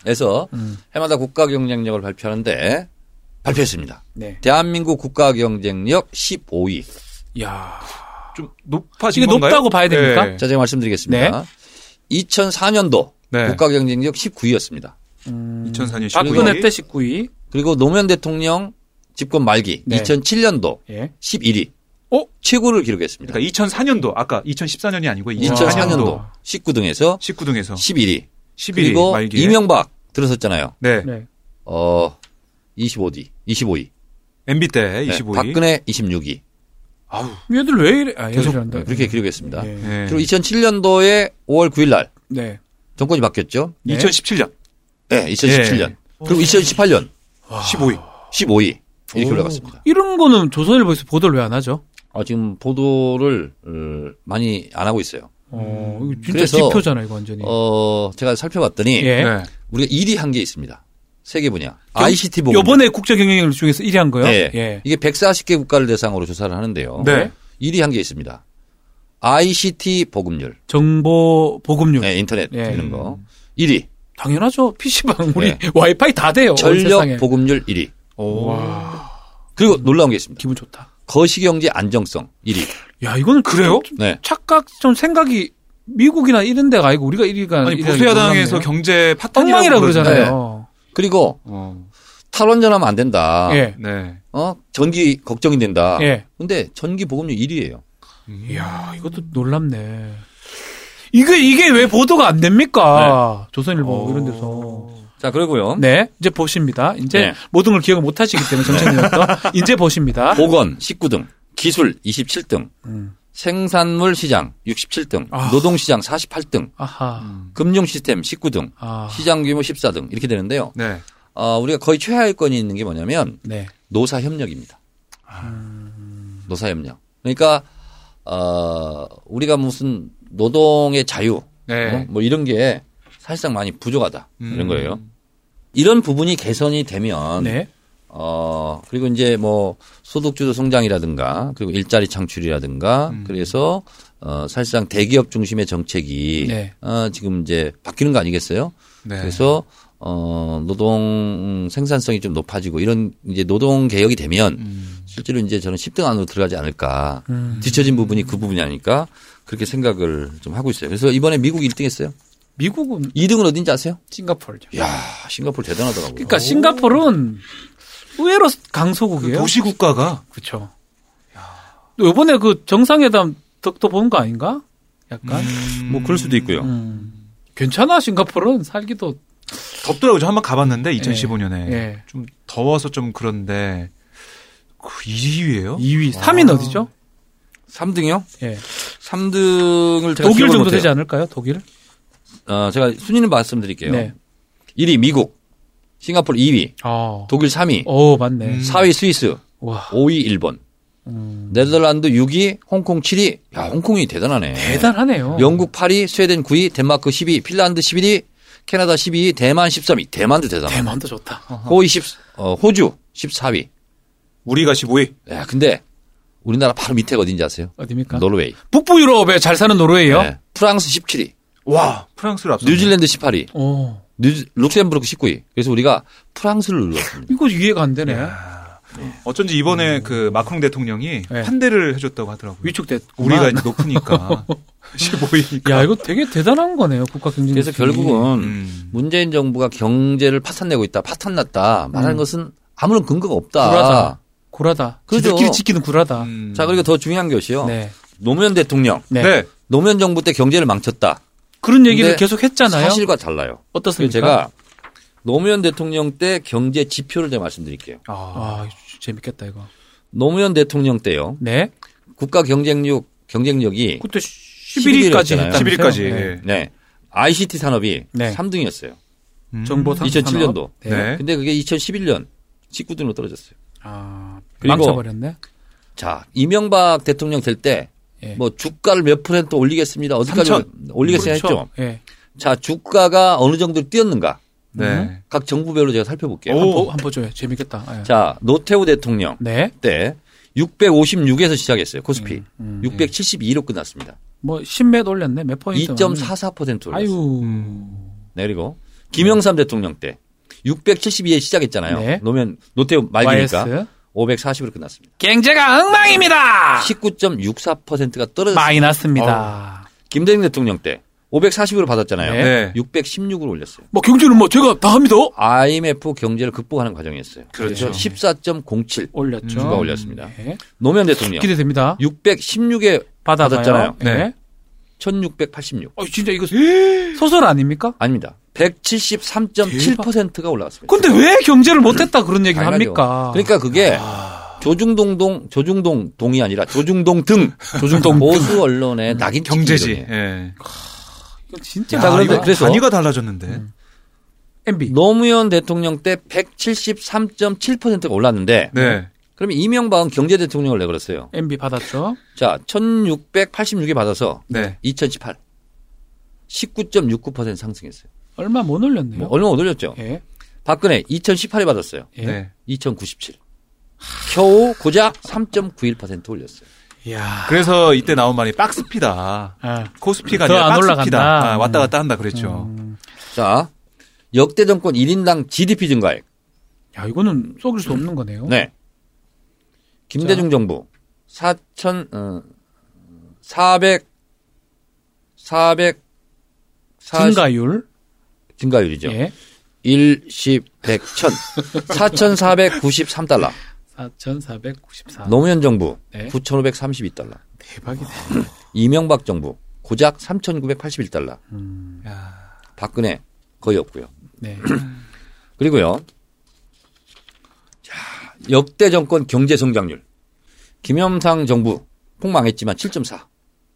S3: 그래서
S1: 음.
S3: 해마다 국가 경쟁력을 발표하는데 발표했습니다.
S1: 네.
S3: 대한민국 국가 경쟁력 15위.
S1: 야.
S2: 좀 높아진
S1: 이게
S2: 건가요?
S1: 높다고 봐야 됩니까?
S2: 네.
S3: 자, 제가 말씀드리겠습니다. 2004년도
S2: 네.
S3: 국가 경쟁력 19위였습니다.
S1: 음,
S2: 2004년 19위.
S1: 박근혜 때 19위.
S3: 그리고 노무현 대통령 집권 말기
S1: 네.
S3: 2007년도
S1: 예.
S3: 11위.
S2: 어?
S3: 최고를 기록했습니다.
S2: 그러니까 2004년도 아까 2014년이 아니고
S3: 2004년도
S2: 2004년도
S3: 19등에서
S2: 19등에서
S3: 11위.
S2: 11위
S3: 그리고
S2: 말기에
S3: 이명박 들었었잖아요.
S2: 네.
S1: 네.
S3: 어 25위, 25위.
S2: MB 때
S3: 네,
S2: 25위
S3: 박근혜 26위.
S2: 아우
S1: 얘들 왜 이래? 아,
S3: 계속
S1: 얘들한다.
S3: 네, 그렇게 기록했습니다.
S1: 예.
S2: 네.
S3: 그리고 2007년도에 5월 9일 날
S1: 네.
S3: 정권이 바뀌었죠.
S1: 네.
S2: 2017년
S3: 네, 2017년. 그리고 2018년
S2: 15위
S3: 15위 이렇게
S2: 오.
S3: 올라갔습니다.
S1: 이런 거는 조선일보에서 보도를 왜 안 하죠?
S3: 아, 지금 보도를 어, 많이 안 하고 있어요.
S1: 어, 이거 진짜
S3: 그래서-
S1: 지표잖아, 이거 완전히.
S3: 어, 제가 살펴봤더니
S1: 네. 예.
S2: 네.
S3: 우리가 1위 한 게 있습니다. 세계 분야. ICT 보고
S1: 요번에 국제 경영력 중에서 1위 한 거요?
S3: 뭐 네.
S1: 예.
S3: 이게 140개 국가를 대상으로 조사를 하는데요.
S2: 네.
S3: 1위 한 게 있습니다. ICT 보급률.
S1: 정보 보급률.
S3: 네, 인터넷
S1: 예.
S3: 되는 거. 1위.
S1: 당연하죠. PC방 우리
S3: 네.
S1: 와이파이 다 돼요. 온 세상에.
S3: 전력 보급률 1위. 그리고 놀라운 게 있습니다.
S1: 기분 좋다.
S3: 거시경제 안정성 1위.
S1: 야, 이거는
S2: 그래요?
S1: 좀
S3: 네.
S1: 착각 좀 생각이 미국이나 이런 데가 아니고 우리가 1위가
S2: 아니 보수야당에서 경제
S1: 엉망이라
S2: 파탄이라고
S1: 그러잖아요.
S3: 그리고
S2: 어.
S3: 탈원전하면 안 된다.
S1: 예.
S2: 네.
S3: 어? 전기 걱정이 된다.
S1: 예.
S3: 근데 전기 보급률 1위예요.
S1: 이야, 이것도 놀랍네. 이게 이게 왜 보도가 안 됩니까? 조선일보 이런 데서.
S3: 자, 그리고요.
S1: 어. 네, 이제 보십니다. 이제
S3: 네.
S1: 모든 걸 기억을 못 하시기 때문에 정책이었던 이제 보십니다.
S3: 보건 19등, 기술 27등,
S1: 음.
S3: 생산물 시장 67등,
S1: 아.
S3: 노동 시장 48등,
S1: 아하.
S3: 금융 시스템 19등,
S1: 아.
S3: 시장 규모 14등 이렇게 되는데요.
S2: 네.
S3: 어, 우리가 거의 최하위권이 있는 게 뭐냐면
S1: 네.
S3: 노사 협력입니다.
S1: 아.
S3: 노사 협력. 그러니까 어, 우리가 무슨 노동의 자유 어?
S2: 네.
S3: 뭐 이런 게 사실상 많이 부족하다
S2: 음.
S3: 이런 거예요. 이런 부분이 개선이 되면
S1: 네.
S3: 어, 그리고 이제 뭐 소득주도 성장이라든가 그리고 일자리 창출이라든가
S2: 음.
S3: 그래서 어, 사실상 대기업 중심의 정책이
S1: 네.
S3: 어, 지금 이제 바뀌는 거 아니겠어요?
S2: 네.
S3: 그래서 어, 노동 생산성이 좀 높아지고 이런 이제 노동 개혁이 되면
S2: 음.
S3: 실제로 이제 저는 10등 안으로 들어가지 않을까. 뒤처진 부분이 그 부분이 아닐까. 그렇게 생각을 좀 하고 있어요. 그래서 이번에 미국 1등 했어요.
S1: 미국은
S3: 2등은 어딘지 아세요?
S1: 싱가포르죠.
S3: 야, 싱가포르 대단하더라고요.
S1: 그러니까 싱가포르는 의외로 강소국이에요.
S2: 그 도시 국가가
S1: 그렇죠. 또 이번에 그 정상회담 덕도 본 거 아닌가? 약간
S3: 뭐 그럴 수도 있고요.
S1: 음. 괜찮아 싱가포르는 살기도
S2: 덥더라고요. 저 한번 가봤는데
S3: 네.
S2: 2015년에
S1: 예.
S2: 좀 더워서 좀 그런데 그 2위예요?
S1: 2위, 3위는 어디죠?
S3: 3등이요?
S1: 예.
S3: 3등을 제가
S1: 독일
S3: 기억을
S1: 정도
S3: 못해요.
S1: 되지 않을까요? 독일?
S3: 어, 제가 순위는 말씀드릴게요.
S1: 네.
S3: 1위 미국, 싱가포르 2위,
S1: 어.
S3: 독일 3위,
S1: 오, 맞네.
S2: 음.
S3: 4위 스위스,
S1: 와.
S3: 5위 일본,
S1: 음.
S3: 네덜란드 6위, 홍콩 7위. 야, 홍콩이 대단하네.
S1: 대단하네요.
S3: 영국 8위, 스웨덴 9위, 덴마크 10위, 핀란드 11위, 캐나다 12위, 대만 13위. 대만도 대단하네.
S1: 대만도 좋다.
S3: 호이 10, 어, 호주 14위.
S2: 우리가 15위.
S3: 야, 근데 우리나라 바로 밑에가 어딘지 아세요?
S1: 어디입니까?
S3: 노르웨이.
S1: 북부 유럽에 잘 사는 노르웨이요?
S3: 네. 프랑스 17위,
S2: 와, 프랑스를 앞서.
S3: 뉴질랜드 18위,
S1: 오.
S3: 뉴- 룩셈부르크 19위. 그래서 우리가 프랑스를 눌렀습니다.
S1: 이거 이해가 안 되네.
S2: 어쩐지 이번에 그 마크롱 대통령이
S1: 네.
S2: 환대를 해줬다고 하더라고요.
S1: 위축됐고.
S2: 우리가 이제 높으니까 15위니까.
S1: 야, 이거 되게 대단한 거네요. 국가 경쟁.
S3: 그래서 결국은
S2: 음.
S3: 문재인 정부가 경제를 파탄내고 있다, 파탄났다 말하는
S1: 음.
S3: 것은 아무런 근거가 없다.
S1: 불하다. 구라다.
S3: 그죠.
S1: 지들끼리 지키는 구라다.
S2: 음.
S3: 자, 그리고 더 중요한 것이요.
S1: 네.
S3: 노무현 대통령,
S1: 네.
S2: 네.
S3: 노무현 정부 때 경제를 망쳤다.
S1: 그런 얘기를
S3: 근데
S1: 계속 했잖아요.
S3: 사실과 달라요.
S1: 어떻습니까?
S3: 제가 노무현 대통령 때 경제 지표를 제가 말씀드릴게요.
S1: 아, 이거 진짜 재밌겠다 이거.
S3: 노무현 대통령 때요.
S1: 네.
S3: 국가 경쟁력 경쟁력이
S1: 그때 11위까지
S3: 11일
S1: 했다.
S3: 였잖아요.
S2: 11위까지.
S1: 네.
S2: 예.
S3: 네. ICT 산업이
S1: 네.
S3: 3등이었어요.
S2: 음.
S1: 정보 상
S3: 2007년도.
S1: 네.
S2: 네.
S3: 근데 그게 2011년 19등으로 떨어졌어요.
S1: 아,
S3: 그리고-
S1: 망쳐버렸네.
S3: 자, 이명박 대통령 될 때 뭐
S1: 예.
S3: 주가를 몇 퍼센트 올리겠습니다. 어디까지
S2: 삼천.
S3: 올리겠습니다 했죠.
S1: 그렇죠. 예.
S3: 자, 주가가 어느 정도 뛰었는가?
S2: 네.
S3: 각 정부별로 제가 살펴볼게요.
S2: 오.
S1: 한번 한번 줘요. 재밌겠다. 예.
S3: 자, 노태우 대통령
S1: 네.
S3: 때 656에서 시작했어요. 코스피.
S1: 음.
S3: 672로 끝났습니다.
S1: 뭐 10m 올렸네. 몇 포인트?
S3: 2.44% 올랐어요.
S1: 아유.
S2: 음.
S3: 네, 그리고 김영삼 대통령 때 672에 시작했잖아요.
S1: 네.
S3: 노면 노태우 말기니까 540으로 끝났습니다.
S1: 경제가 엉망입니다.
S3: 19.64%가 떨어졌습니다.
S1: 마이너스입니다.
S3: 김대중 대통령 때 540으로 받았잖아요.
S2: 네.
S3: 616으로 올렸어요.
S1: 뭐 경제는 뭐 제가 다 합니다.
S3: IMF 경제를 극복하는 과정이었어요.
S2: 그렇죠. 어.
S3: 그래서 14.07
S1: 올렸죠.
S3: 주가 음, 올렸습니다.
S1: 네.
S3: 노무현 대통령
S1: 기대됩니다.
S3: 616에
S1: 받아봐요.
S3: 받았잖아요.
S1: 네.
S2: 네.
S3: 1686.
S1: 어, 진짜 이거 소설 아닙니까?
S3: 아닙니다. 173.7%가 올라왔습니다.
S1: 근데 왜 경제를 못했다 그런 얘기를
S3: 당연하죠.
S1: 합니까?
S3: 그러니까 그게 조중동동 조중동 동이 아니라 조중동 등 조중동 보수 언론의 낙인
S2: 음,
S3: 찍힌
S1: 음.
S2: 경제지.
S3: 이론이에요.
S2: 예.
S1: 이거 진짜
S3: 자, 그런데
S2: 아, 이거
S3: 그래서-
S2: 단위가 달라졌는데.
S1: 음. MB
S3: 노무현 대통령 때 173.7%가 올랐는데
S2: 네.
S3: 그럼 이명박은 경제 대통령을 내걸었어요.
S1: MB 받았죠.
S3: 자, 1686에 받아서
S2: 네.
S3: 2018 19.69% 상승했어요.
S1: 얼마 못 올렸네요.
S3: 뭐 얼마 못 올렸죠.
S1: 예.
S3: 박근혜 2018에 받았어요.
S1: 예.
S2: 네.
S3: 2097. 겨우 고작 3.91% 올렸어요.
S1: 이야.
S2: 그래서 이때 나온 말이 박스피다.
S1: 아,
S2: 코스피가
S1: 더
S2: 아니라
S1: 안
S2: 박스피다.
S1: 올라간다. 음.
S2: 아, 왔다 갔다 한다 그랬죠.
S3: 자, 역대 정권 1인당 GDP 증가액.
S1: 야, 이거는 속일 수 없는 거네요.
S3: 네. 김대중 정부 4천 어, 400 400
S1: 증가율.
S3: 증가율이죠.
S1: 예.
S3: 1 10 100 1000 4,493달러.
S1: 4,494.
S3: 아. 노무현 정부
S1: 네.
S3: 9,532달러.
S1: 대박이네.
S3: 이명박 정부 고작 3,981달러.
S1: 음.
S2: 야.
S3: 박근혜 거의 없고요.
S1: 네.
S3: 그리고요. 자, 역대 정권 경제 성장률. 김영삼 정부 폭망했지만 7.4.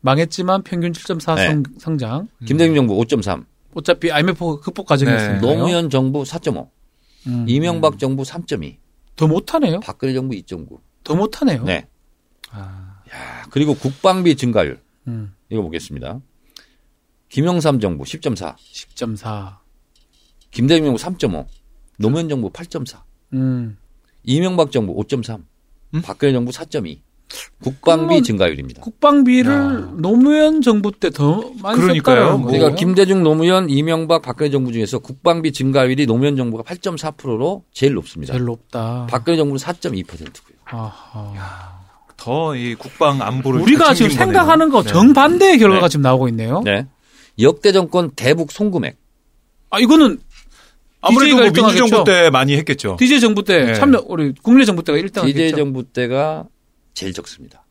S1: 망했지만 평균 7.4
S3: 네.
S1: 성- 성장.
S3: 김대중 정부 5.3.
S1: 어차피 IMF 극복 과정이었습니다.
S3: 노무현 정부 4.5.
S1: 네. 음. 어?
S3: 이명박 정부 3.2.
S1: 더 못하네요.
S3: 박근혜 정부 2.9.
S1: 더 못하네요.
S3: 네.
S2: 아,
S3: 야, 아, 그리고 국방비 증가율.
S1: 음.
S3: 이거 보겠습니다. 김영삼 정부 10.4.
S1: 10.4.
S3: 김대중 정부 3.5. 노무현 정부 8.4.
S1: 음.
S3: 이명박 정부 5.3.
S2: 음?
S3: 박근혜 정부 4.2. 국방비
S1: 그건-
S3: 증가율입니다.
S1: 국방비를 노무현 정부 때 더 많이
S2: 그러니까요.
S1: 썼다는 거예요.
S3: 그러니까 김대중, 노무현, 이명박, 박근혜 정부 중에서 국방비 증가율이 노무현 정부가 8.4%로 제일 높습니다.
S1: 제일 높다.
S3: 박근혜 정부는 4.2%고요.
S1: 아하.
S2: 더 이 국방 안보를
S1: 우리가
S2: 잘
S1: 지금
S2: 챙긴 거네요.
S1: 생각하는 거
S2: 네.
S1: 정반대의 결과가
S3: 네.
S1: 지금 나오고 있네요.
S3: 네. 역대 정권 대북 송금액.
S1: 아 이거는
S2: 아무래도
S1: DJ가
S2: 뭐
S1: 일등하겠죠.
S2: 민주정부 때 많이 했겠죠.
S1: DJ 정부 때
S2: 네.
S1: 참여 우리 국민의 정부 때가 1등
S3: DJ
S1: 하겠죠.
S3: 정부 때가 제일 적습니다.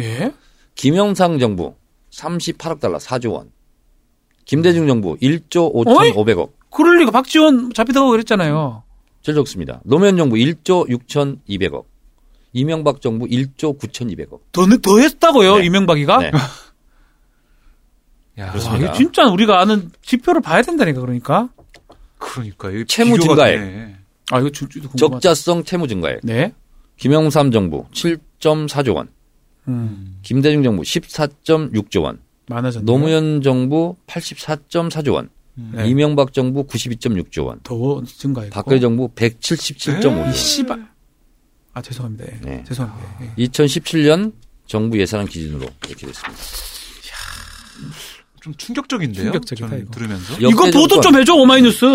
S1: 예.
S3: 김영삼 정부 38억 달러 4조 원. 김대중 정부 1조
S1: 어이?
S3: 5,500억.
S1: 그럴 리가 박지원 잡히다고 그랬잖아요.
S3: 제일 적습니다. 노무현 정부 1조 6,200억. 이명박 정부 1조 9,200억.
S1: 더, 늦- 더 했다고요,
S3: 네.
S1: 이명박이가?
S3: 네.
S2: 야,
S1: 와,
S3: 그렇습니다.
S1: 이거 진짜 우리가 아는 지표를 봐야 된다니까, 그러니까.
S2: 그러니까 이거
S3: 채무
S2: 비교가
S3: 증가액.
S2: 되네.
S1: 아, 이거 진짜 궁금하다.
S3: 적자성 채무 증가액.
S1: 네.
S3: 김영삼 정부 7.4조 원.
S1: 음,
S3: 김대중 정부 14.6조 원.
S1: 많아졌네.
S3: 노무현 정부 84.4조 원.
S1: 네.
S3: 이명박 정부 92.6조 원.
S1: 더 증가했고.
S3: 박근혜 정부 177.5조
S1: 이 씨발. 아, 죄송합니다. 예.
S3: 네.
S1: 죄송합니다. 예.
S3: 2017년 정부 예산안 기준으로 이렇게 됐습니다.
S2: 좀 충격적인데요.
S1: 충격적이다,
S2: 저는
S1: 이거.
S2: 들으면서.
S1: 이거
S3: 역대
S1: 보도
S3: 정권,
S1: 좀 해줘, 오마이뉴스.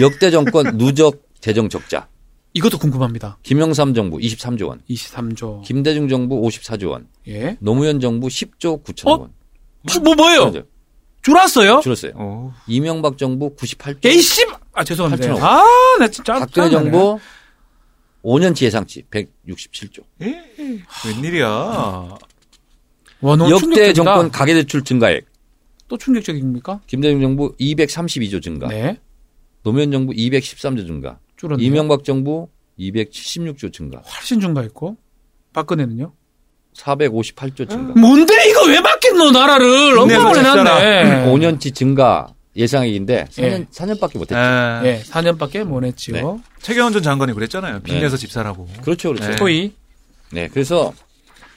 S3: 역대 정권 누적 재정 적자.
S1: 이것도 궁금합니다.
S3: 김영삼 정부 23조 원.
S1: 23조.
S3: 김대중 정부 54조 원.
S1: 예.
S3: 노무현 정부 10조 9천억
S1: 어?
S3: 원.
S1: 주- 뭐, 뭐예요?
S3: 줄었어요.
S1: 줄었어요?
S3: 네. 줄었어요.
S2: 어.
S3: 이명박 정부 98조
S1: 에이,
S3: 원.
S1: 씨! 아, 죄송합니다.
S3: 팔천억.
S1: 아, 나 진짜.
S3: 박근혜
S1: 짜증나네.
S3: 정부 5년치 예상치 167조.
S1: 아.
S2: 웬일이야.
S1: 와, 너무
S3: 역대
S1: 충격적이다.
S3: 정권 가계대출 증가액.
S1: 또 충격적입니까?
S3: 김대중 정부 232조 증가.
S1: 네.
S3: 노무현 정부 213조 증가.
S1: 줄었네요.
S3: 그러니까 이명박 정부 276조 증가.
S1: 훨씬 증가했고. 박근혜는요?
S3: 458조 증가.
S1: 뭔데 이거 왜 바뀌노 나라를
S2: 국내에서
S1: 엉망을
S2: 잡잖아.
S3: 음,
S1: 해놨네.
S3: 5년치 증가 예상액인데 4년,
S1: 예.
S3: 4년밖에 못했죠.
S2: 예.
S1: 예, 4년밖에 못 했지요.
S3: 네.
S2: 최경원 전 장관이 그랬잖아요.
S1: 네.
S2: 빚내서 집사라고.
S3: 그렇죠, 그렇죠.
S2: 네.
S1: 토이.
S3: 네, 그래서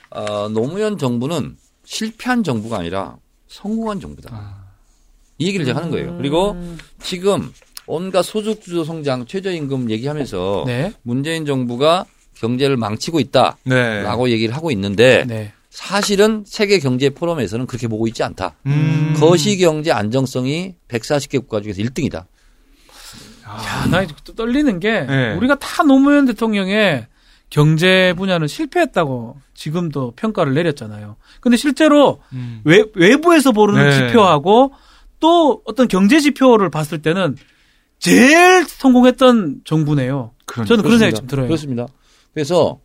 S3: 어, 노무현 정부는 실패한 정부가 아니라 성공한 정부다.
S1: 아.
S3: 이 얘기를 제가 하는 거예요. 그리고 지금 온갖 소득 주도 성장, 최저임금 얘기하면서
S1: 네.
S3: 문재인 정부가 경제를 망치고 있다라고
S2: 네.
S3: 얘기를 하고 있는데
S1: 네.
S3: 사실은 세계 경제 포럼에서는 그렇게 보고 있지 않다.
S2: 음.
S3: 거시 경제 안정성이 140개 국가 중에서 1등이다.
S1: 야, 나 이제 또 떨리는 게
S2: 네.
S1: 우리가 다 노무현 대통령의 경제 분야는 실패했다고 지금도 평가를 내렸잖아요. 근데 실제로
S2: 음.
S1: 외, 외부에서 보는
S2: 네.
S1: 지표하고 또 어떤 경제 지표를 봤을 때는 제일 성공했던 정부네요.
S2: 그러니까.
S1: 저는 그런 생각이 좀 들어요.
S3: 그렇습니다. 그래서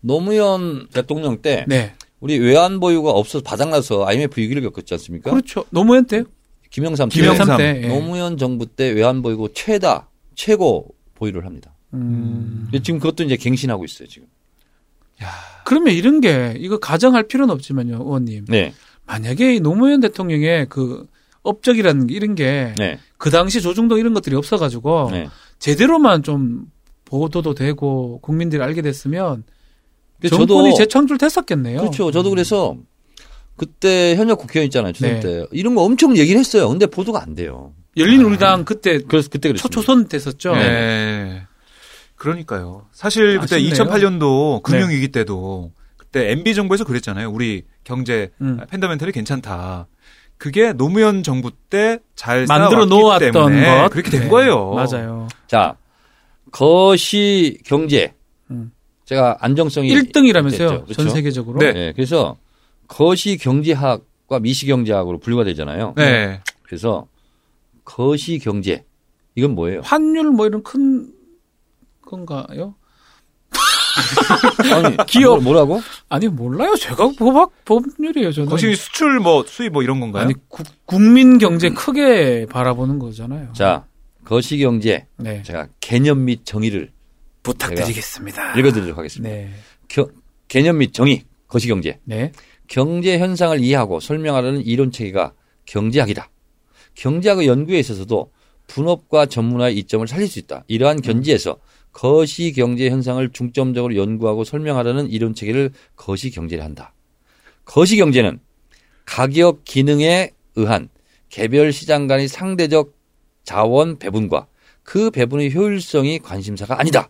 S3: 노무현 대통령 때
S1: 네.
S3: 우리 외환 보유가 없어서 바닥나서 IMF 위기를 겪었지 않습니까?
S1: 그렇죠. 노무현 때?
S3: 그러니까 김영삼 때
S2: 김영삼.
S1: 김영삼 때. 예.
S3: 노무현 정부 때 외환 보유고 최다 최고 보유를 합니다.
S1: 음.
S3: 근데 지금 그것도 이제 갱신하고 있어요 지금.
S1: 그러면 이런 게 이거 가정할 필요는 없지만요, 의원님.
S3: 네,
S1: 만약에 이 노무현 대통령의 그 업적이라는 게 이런 게 그
S3: 네,
S1: 당시 조중동 이런 것들이 없어가지고
S3: 네.
S1: 제대로만 좀 보도도 되고 국민들이 알게 됐으면
S3: 근데
S1: 정권이 재창출 됐었겠네요. 음.
S3: 그렇죠. 저도 그래서 그때 현역 국회의원 있잖아요 추석
S1: 네.
S3: 때 이런 거 엄청 얘기를 했어요. 근데 보도가 안 돼요.
S1: 음. 열린 우리당 그때
S3: 그래서 그때 그랬습니다.
S1: 초초선 됐었죠.
S2: 네. 그러니까요. 사실 그때
S1: 아쉽네요.
S2: 2008년도
S1: 네.
S2: 금융위기 때도 그때 MB 정부에서 그랬잖아요. 우리 경제
S3: 아,
S1: 음.
S2: 팬더멘털이 괜찮다. 그게 노무현 정부 때 잘
S1: 만들어
S2: 쌓아왔기
S1: 놓았던
S2: 네, 때문에
S1: 것
S2: 그렇게 된
S1: 네,
S2: 거예요.
S1: 맞아요.
S3: 자, 것이 경제.
S1: 음.
S3: 제가 안정성이
S1: 1등이라면서요.
S3: 예, 됐죠.
S1: 전
S3: 그렇죠?
S1: 세계적으로.
S2: 네.
S3: 네, 그래서 것이 경제학과 미시경제학으로 분류가 되잖아요.
S2: 네.
S3: 그래서 것이 경제 이건 뭐예요?
S1: 환율 뭐 이런 큰 건가요?
S3: 아니,
S1: 기업.
S3: 뭐- 뭐라고?
S1: 아니 몰라요. 제가 법학 법률이에요. 네. 저는
S2: 거시 수출 뭐 수입 뭐 이런 건가요?
S1: 아니 국, 국민 경제 크게 바라보는 거잖아요.
S3: 자,
S1: 음.
S3: 것이 경제
S1: 네.
S3: 제가 개념 및 정의를
S1: 부탁드리겠습니다.
S3: 읽어드리도록 하겠습니다.
S1: 네.
S3: 겨- 개념 및 정의 것이 경제.
S1: 네.
S3: 경제 현상을 이해하고 설명하려는 이론 체계가 경제학이다. 경제학의 연구에 있어서도 분업과 전문화의 이점을 살릴 수 있다. 이러한 견지에서 거시 경제 현상을 중점적으로 연구하고 설명하려는 이론 체계를 거시 경제를 한다. 거시 경제는 가격 기능에 의한 개별 시장 간의 상대적 자원 배분과 그 배분의 효율성이 관심사가 아니다.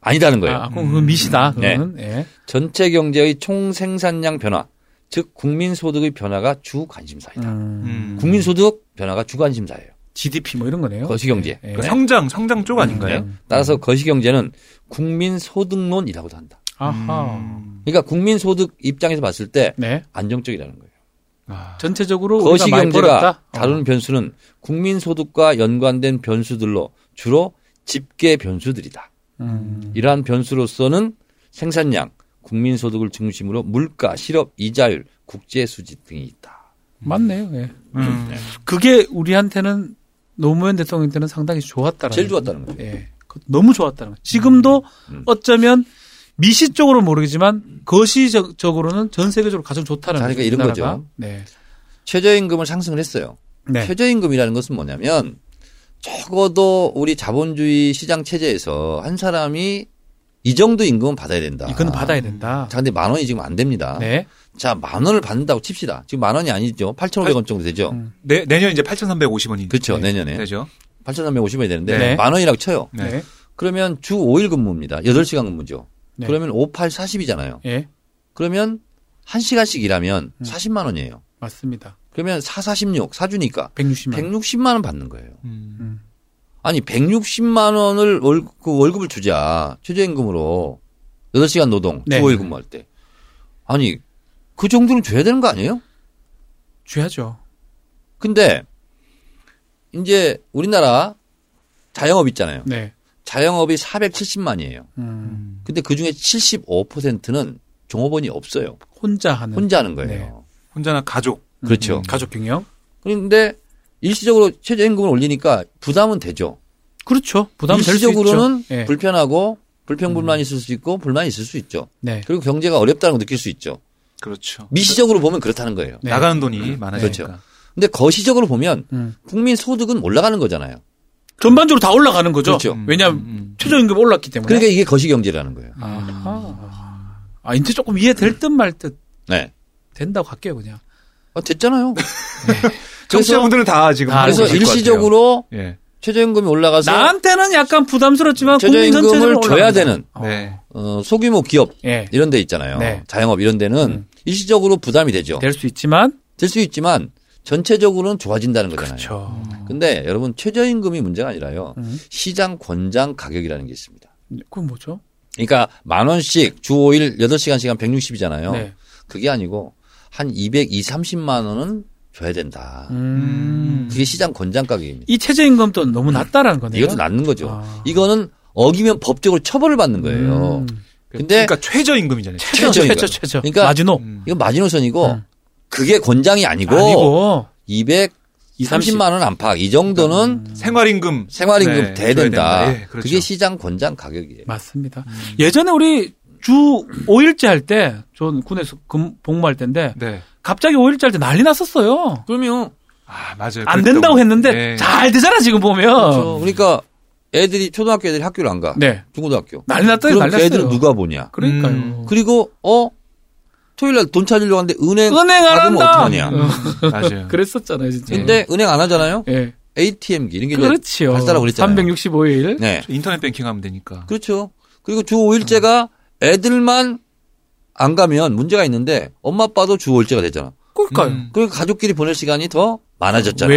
S3: 아니다는 거예요.
S1: 아, 그럼 그 미시다.
S3: 네.
S1: 그거는. 네.
S3: 전체 경제의 총 생산량 변화, 즉 국민 소득의 변화가 주 관심사이다.
S1: 음,
S2: 음.
S3: 국민 소득 변화가 주 관심사예요.
S1: GDP 뭐 이런 거네요.
S3: 거시 경제.
S1: 네.
S2: 그 성장 성장 쪽 아닌가요?
S3: 네. 따라서
S1: 음.
S3: 거시 경제는 국민 소득론이라고도 한다.
S1: 아하.
S2: 음.
S3: 그러니까 국민 소득 입장에서 봤을 때
S1: 네.
S3: 안정적이라는 거예요.
S2: 아.
S1: 전체적으로 우리가
S3: 거시
S1: 많이
S3: 경제가
S1: 벌었다? 어.
S3: 다루는 변수는 국민 소득과 연관된 변수들로 주로 집계 변수들이다.
S1: 음.
S3: 이러한 변수로서는 생산량, 국민 소득을 중심으로 물가, 실업, 이자율, 국제 수지 등이 있다.
S1: 맞네요. 예.
S2: 음.
S1: 그게 우리한테는 노무현 대통령 때는 상당히 좋았다라는.
S3: 제일 좋았다는 거예요.
S1: 예. 그- 너무 좋았다는 거. 지금도
S3: 음.
S1: 어쩌면 미시 쪽으로는 모르겠지만 거시적으로는 전 세계적으로 가장 좋다는
S3: 그러니까 이런
S1: 나라가.
S3: 거죠.
S1: 네.
S3: 최저임금을 상승을 했어요.
S1: 네.
S3: 최저임금이라는 것은 뭐냐면 적어도 우리 자본주의 시장 체제에서 한 사람이 이 정도 임금은 받아야 된다.
S1: 이건 받아야 된다.
S3: 자, 근데 만 원이 지금 안 됩니다.
S1: 네.
S3: 자, 만 원을 받는다고 칩시다. 지금 만 원이 아니죠. 8,500원 정도 되죠.
S1: 음.
S2: 네. 내, 내년 이제 8,350원이
S3: 그렇죠.
S1: 네.
S3: 내년에.
S2: 되죠.
S3: 8,350원이 되는데
S1: 네.
S3: 만 원이라고 쳐요.
S1: 네. 네.
S3: 그러면 주 5일 근무입니다. 8시간 근무죠.
S1: 네.
S3: 그러면 5, 8, 40이잖아요.
S1: 예.
S3: 그러면 1시간씩 일하면
S1: 음.
S3: 40만 원이에요.
S1: 맞습니다.
S3: 그러면 4, 46, 4주니까
S1: 160만.
S3: 160만 원 받는 거예요.
S2: 음.
S3: 아니 160만 원을 월, 그 월급을 주자 최저임금으로 8시간 노동
S1: 네.
S3: 주 5일 근무할 때 아니 그 정도는 줘야 되는 거 아니에요?
S1: 죄하죠.
S3: 근데 이제 우리나라 자영업 있잖아요.
S1: 네.
S3: 자영업이 470만이에요.
S1: 음.
S3: 근데 그 중에 75%는 종업원이 없어요.
S1: 혼자 하는.
S3: 혼자 하는
S1: 네.
S3: 거예요.
S2: 혼자나 가족.
S3: 그렇죠.
S1: 가족 경영.
S3: 그런데 일시적으로 최저임금을 올리니까 부담은 되죠.
S1: 그렇죠. 부담 될수 있죠.
S3: 일시적으로는
S1: 예. 음.
S3: 불편하고 불평불만이 있을 수 있고 불만이 있을 수 있죠.
S1: 네.
S3: 그리고 경제가 어렵다는 걸 느낄 수 있죠.
S2: 그렇죠.
S3: 미시적으로 보면 그렇다는 거예요.
S1: 네.
S2: 나가는 돈이 많아지니까.
S3: 그렇죠. 근데 거시적으로 보면
S1: 음.
S3: 국민 소득은 올라가는 거잖아요.
S1: 전반적으로 다 올라가는 거죠.
S3: 그렇죠.
S2: 음,
S1: 왜냐하면
S2: 음,
S1: 최저임금 올랐기 때문에.
S3: 그러니까 이게 거시 경제라는 거예요.
S1: 아하. 아, 이제 조금 이해될 듯 말 듯
S3: 네.
S1: 된다고 할게요, 그냥.
S3: 아, 됐잖아요.
S2: 청취자분들은 다 지금
S1: 아,
S2: 하고
S3: 그래서
S2: 계실 것 같아요.
S3: 일시적으로
S2: 예.
S3: 최저임금이 올라가서
S1: 나한테는 약간 부담스럽지만 국민 전체적으로
S3: 그렇죠? 최저임금을 줘야
S1: 올라간다.
S3: 되는
S1: 어.
S2: 네.
S3: 어, 소규모 기업
S1: 예.
S3: 이런 데 있잖아요.
S1: 네.
S3: 자영업 이런 데는
S1: 음. 네.
S3: 일시적으로 부담이 되죠.
S1: 될 수 있지만
S3: 될 수 있지만 전체적으로는 좋아진다는 거잖아요. 예.
S1: 그렇죠.
S3: 근데 여러분 최저임금이 문제가 아니라요.
S1: 음.
S3: 시장 권장 가격이라는 게 있습니다.
S1: 그건 뭐죠?
S3: 그러니까 만 원씩 주 5일 8시간씩 한 160이잖아요.
S1: 네.
S3: 그게 아니고 한 200, 2, 30만 원은 줘야 된다.
S1: 음.
S3: 그게 시장 권장 가격입니다.
S1: 이 최저임금도 너무 낮다라는 거네요.
S3: 이것도 낮는 거죠.
S1: 아.
S3: 이거는 어기면 법적으로 처벌을 받는 거예요.
S1: 음.
S3: 근데
S2: 그러니까 최저임금이잖아요.
S1: 최저,
S3: 최저인
S1: 최저,
S3: 거예요.
S1: 최저.
S3: 그러니까
S1: 마지노.
S2: 음.
S3: 이건 마지노선이고
S1: 음.
S3: 그게 권장이 아니고,
S1: 아니고
S3: 230만 원 안팎 이 정도는
S2: 생활임금
S3: 생활임금
S2: 음. 네,
S3: 돼야
S2: 줘야
S3: 된다.
S2: 된다. 예, 그렇죠.
S3: 그게 시장 권장 가격이에요.
S1: 맞습니다.
S3: 음.
S1: 예전에 우리 주 5일째 할 때 전 군에서 근- 복무할 때인데
S2: 네.
S1: 갑자기 5일째 할 때 난리 났었어요.
S3: 그러면
S2: 아, 맞아요.
S1: 안
S2: 그랬다고.
S1: 된다고 했는데
S2: 네.
S1: 잘 되잖아 지금 보면.
S3: 그렇죠. 그러니까 애들이 초등학교 애들이 학교를 안 가.
S1: 네.
S3: 중고등학교.
S1: 난리 났더니
S3: 그럼
S1: 난리 났어요.
S3: 걔들은 누가 보냐?
S1: 그러니까요.
S2: 음.
S3: 그리고 어 토요일 날 돈 찾으려고 하는데 은행
S1: 은행 안
S3: 받으면
S1: 한다.
S3: 어떡하냐?
S2: 맞아요.
S1: 그랬었잖아요, 진짜.
S3: 근데 은행 안 하잖아요.
S1: 예.
S3: ATM기 이런 게 이제
S1: 그렇지요.
S3: 발달하고 그랬잖아요.
S1: 365일.
S3: 네.
S2: 인터넷 뱅킹 하면 되니까.
S3: 그렇죠. 그리고 주 5일제가 애들만 안 가면 문제가 있는데 엄마 아빠도 주 5일제가 됐잖아.
S1: 그러니까요.
S2: 음.
S3: 그러니까 가족끼리 보낼 시간이 더 많아졌잖아요.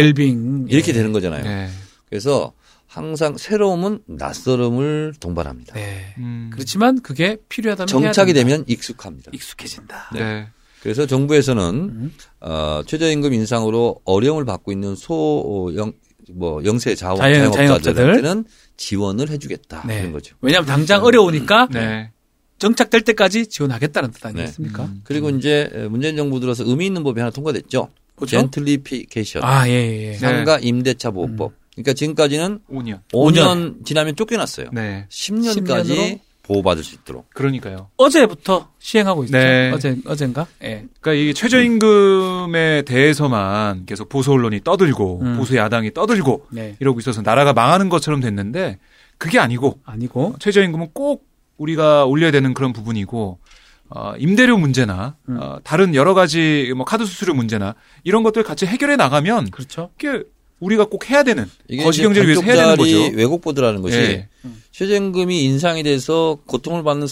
S1: 음. 웰빙.
S3: 이렇게 되는 거잖아요.
S2: 네.
S3: 그래서 항상 새로움은 낯설음을 동반합니다.
S1: 네.
S2: 음.
S1: 그렇지만 그게 필요하다면
S3: 정착이
S1: 해야 된다.
S3: 되면 익숙합니다.
S1: 익숙해진다.
S2: 네.
S3: 그래서 정부에서는
S1: 음.
S3: 어, 최저임금 인상으로 어려움을 받고 있는 소영 뭐 영세 자원
S1: 자영-
S3: 자영업자들한테는 지원을 해주겠다
S1: 네.
S3: 이런 거죠.
S1: 왜냐하면 당장 어려우니까
S2: 네.
S1: 정착될 때까지 지원하겠다는 뜻 아니겠습니까?
S2: 음.
S3: 그리고 이제 문재인 정부 들어서 의미 있는 법이 하나 통과됐죠.
S1: 뭐죠?
S3: 젠틀리피케이션
S1: 그렇죠? 아, 예, 예. 예.
S2: 네.
S3: 상가 임대차 보호법. 그러니까 지금까지는
S2: 5년.
S3: 5년 지나면 쫓겨났어요.
S2: 네.
S3: 10년까지
S1: 10년으로?
S3: 보호받을 수 있도록.
S2: 그러니까요.
S1: 어제부터 시행하고 있죠.
S2: 네.
S1: 어제 어젠가? 예.
S2: 그러니까 이 최저임금에 대해서만 계속 보수 언론이 떠들고
S1: 음.
S2: 보수 야당이 떠들고
S1: 네.
S2: 이러고 있어서 나라가 망하는 것처럼 됐는데 그게 아니고
S1: 아니고
S2: 최저임금은 꼭 우리가 올려야 되는 그런 부분이고 어, 임대료 문제나
S1: 음.
S2: 어, 다른 여러 가지 뭐 카드 수수료 문제나 이런 것들 같이 해결해 나가면
S1: 그렇죠.
S2: 그게 우리가 꼭 해야 되는
S3: 이게
S2: 거시
S3: 이제
S2: 경제를 위해서 해야 되는
S3: 반쪽짜리
S2: 거죠.
S3: 왜곡보도라는 것이
S2: 예.
S3: 최저임금이 인상이 돼서 고통을 받는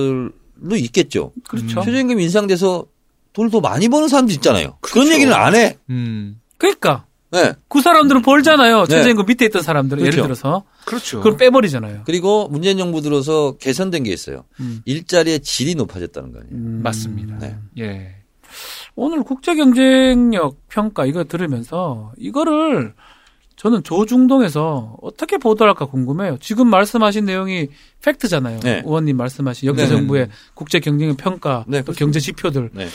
S3: 사람들도 있겠죠.
S2: 음.
S1: 그렇죠.
S3: 최저임금 인상돼서 돈을 더 많이 버는 사람도 있잖아요. 그런 얘기는 안 해.
S2: 음,
S1: 그러니까
S3: 네.
S1: 그 사람들은 벌잖아요.
S3: 네.
S1: 최저임금 밑에 있던 사람들은 예를
S3: 그렇죠.
S1: 들어서
S2: 그렇죠.
S1: 그걸 빼버리잖아요.
S3: 그리고 문재인 정부 들어서 개선된 게 있어요.
S1: 음.
S3: 일자리의 질이 높아졌다는 거 아니에요.
S1: 음.
S2: 맞습니다.
S3: 네.
S2: 예.
S1: 오늘 국제 경쟁력 평가 이거 들으면서 이거를 저는 조중동에서 어떻게 보도할까 궁금해요. 지금 말씀하신 내용이 팩트잖아요.
S3: 네.
S1: 의원님 말씀하신 역대
S3: 네.
S1: 정부의 국제 경쟁력 평가,
S3: 네,
S1: 또
S3: 그렇습니다.
S1: 경제 지표들
S3: 네.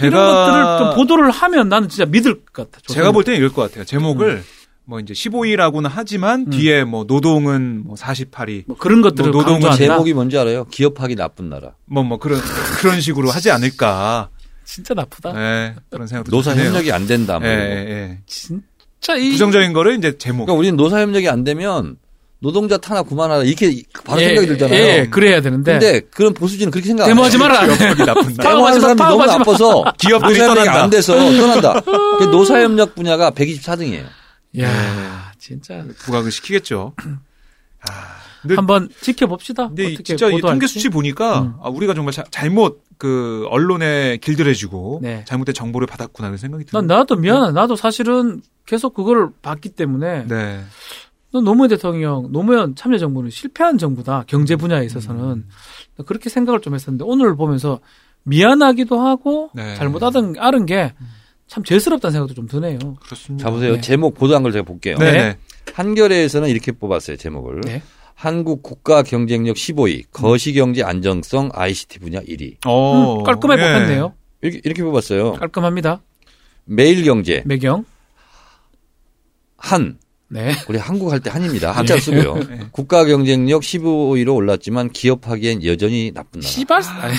S1: 이런 것들을
S2: 제가
S1: 좀 보도를 하면 나는 진짜 믿을 것 같아.
S2: 제가 볼 때는 이럴 것 같아요. 제목을
S3: 음.
S2: 뭐 이제 15일하고는 하지만 뒤에 뭐 노동은 뭐 48이
S1: 뭐 그런 것들을
S2: 뭐 노동은
S1: 강조한다.
S3: 제목이 뭔지 알아요? 기업하기 나쁜 나라.
S2: 뭐 뭐 그런 그런 식으로 하지 않을까.
S1: 진짜
S3: 네.
S1: 나쁘다.
S2: 예. 그런 생각도
S3: 아. 노사
S2: 드네요.
S3: 협력이 안 된다. 뭐
S2: 예,
S3: 이런 거.
S2: 예,
S1: 진짜
S2: 예.
S1: 이
S2: 부정적인 거를 이제 제목.
S3: 그러니까 우리는 노사 협력이 안 되면 노동자 탄압 그만하라 이렇게 바로
S1: 예,
S3: 생각이 들잖아요.
S1: 예, 예, 그래야 되는데
S3: 근데 네. 그런 보수진은 그렇게 생각 안 해요.
S1: 데모하지 마라.
S2: 기업이 나쁜
S1: 파업하지
S2: 날.
S3: 대모하는
S1: 마,
S3: 사람이 너무
S1: 파업하지 마.
S3: 나빠서
S2: 기업들이
S3: 노사 협력이
S2: 떠난다.
S3: 안 돼서 떠난다. 그 노사협력 분야가 124등이에요.
S1: 야 진짜
S3: 네.
S2: 부각을 시키겠죠. 근데-
S1: 한번 지켜봅시다.
S2: 근데 이-
S1: 어떻게
S2: 진짜 이
S1: 보도할지.
S2: 통계 수치 보니까
S1: 음.
S2: 아, 우리가 정말 자- 잘못 그 언론에 길들여지고
S1: 네.
S2: 잘못된 정보를 받았구나 그런 생각이
S1: 난
S2: 듭니다.
S1: 나도 미안해. 나도 사실은 계속 그걸 봤기 때문에
S2: 네.
S1: 난 노무현 대통령, 노무현 참여정부는 실패한 정부다. 경제 분야에 있어서는 그렇게 생각을 좀 했었는데 오늘 보면서 미안하기도 하고
S2: 네.
S1: 잘못하던 아른 게 참 죄스럽다는 생각도 좀 드네요.
S2: 그렇습니다.
S3: 자 보세요.
S1: 네.
S3: 제목 보도한 걸 제가 볼게요.
S1: 네.
S2: 네. 네.
S3: 한겨레에서는 이렇게 뽑았어요. 제목을.
S1: 네.
S3: 한국 국가 경쟁력 15위, 거시경제 안정성 ICT 분야 1위.
S2: 어.
S1: 음, 깔끔해
S2: 예.
S1: 뽑혔네요.
S3: 이렇게, 이렇게 뽑았어요.
S1: 깔끔합니다.
S3: 매일경제,
S1: 매경.
S3: 한.
S1: 네.
S3: 우리 한국 할 때 한입니다. 한자 쓰고요. 국가 경쟁력 15위로 올랐지만 기업하기엔 여전히 나쁜 나라.
S1: 씨발. 아니,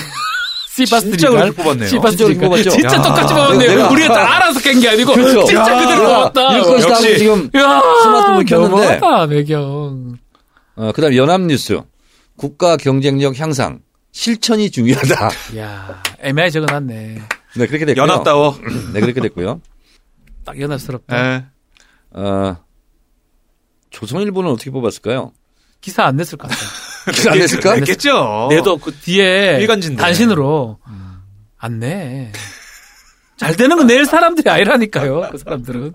S1: 씨바스리갈.
S2: 진짜 그렇게 뽑았네요.
S1: 씨바스리갈.
S3: 진짜 그렇게 뽑았죠?
S1: 진짜
S2: 야.
S1: 똑같이 뽑았네요.
S3: 내가-
S1: 우리가 다 알아서 깬 게 아니고
S3: 그렇죠.
S1: 진짜
S2: 야.
S1: 그대로
S2: 야.
S1: 뽑았다.
S3: 일거수 다
S2: 역시.
S3: 하고 지금
S1: 야,
S3: 스마트폰 켰는데.
S1: 너무하다, 매경.
S3: 어, 그다음 연합뉴스 국가 경쟁력 향상 실천이 중요하다.
S1: 야, 애매하게 적어놨네.
S3: 네 그렇게 됐고요.
S2: 연합다워.
S3: 네 그렇게 됐고요.
S1: 딱
S3: 네.
S1: 연합스럽다.
S2: 예.
S3: 어, 조선일보는 어떻게 뽑았을까요?
S1: 기사 안 냈을 것 같아.
S3: 기사 안
S2: 네,
S3: 냈을까? 어,
S2: 냈겠죠.
S1: 내도 그 뒤에
S2: 일간지인데.
S1: 단신으로
S3: 음.
S1: 안 내. 잘 되는 건 낼 사람들이 아니라니까요. 그 사람들은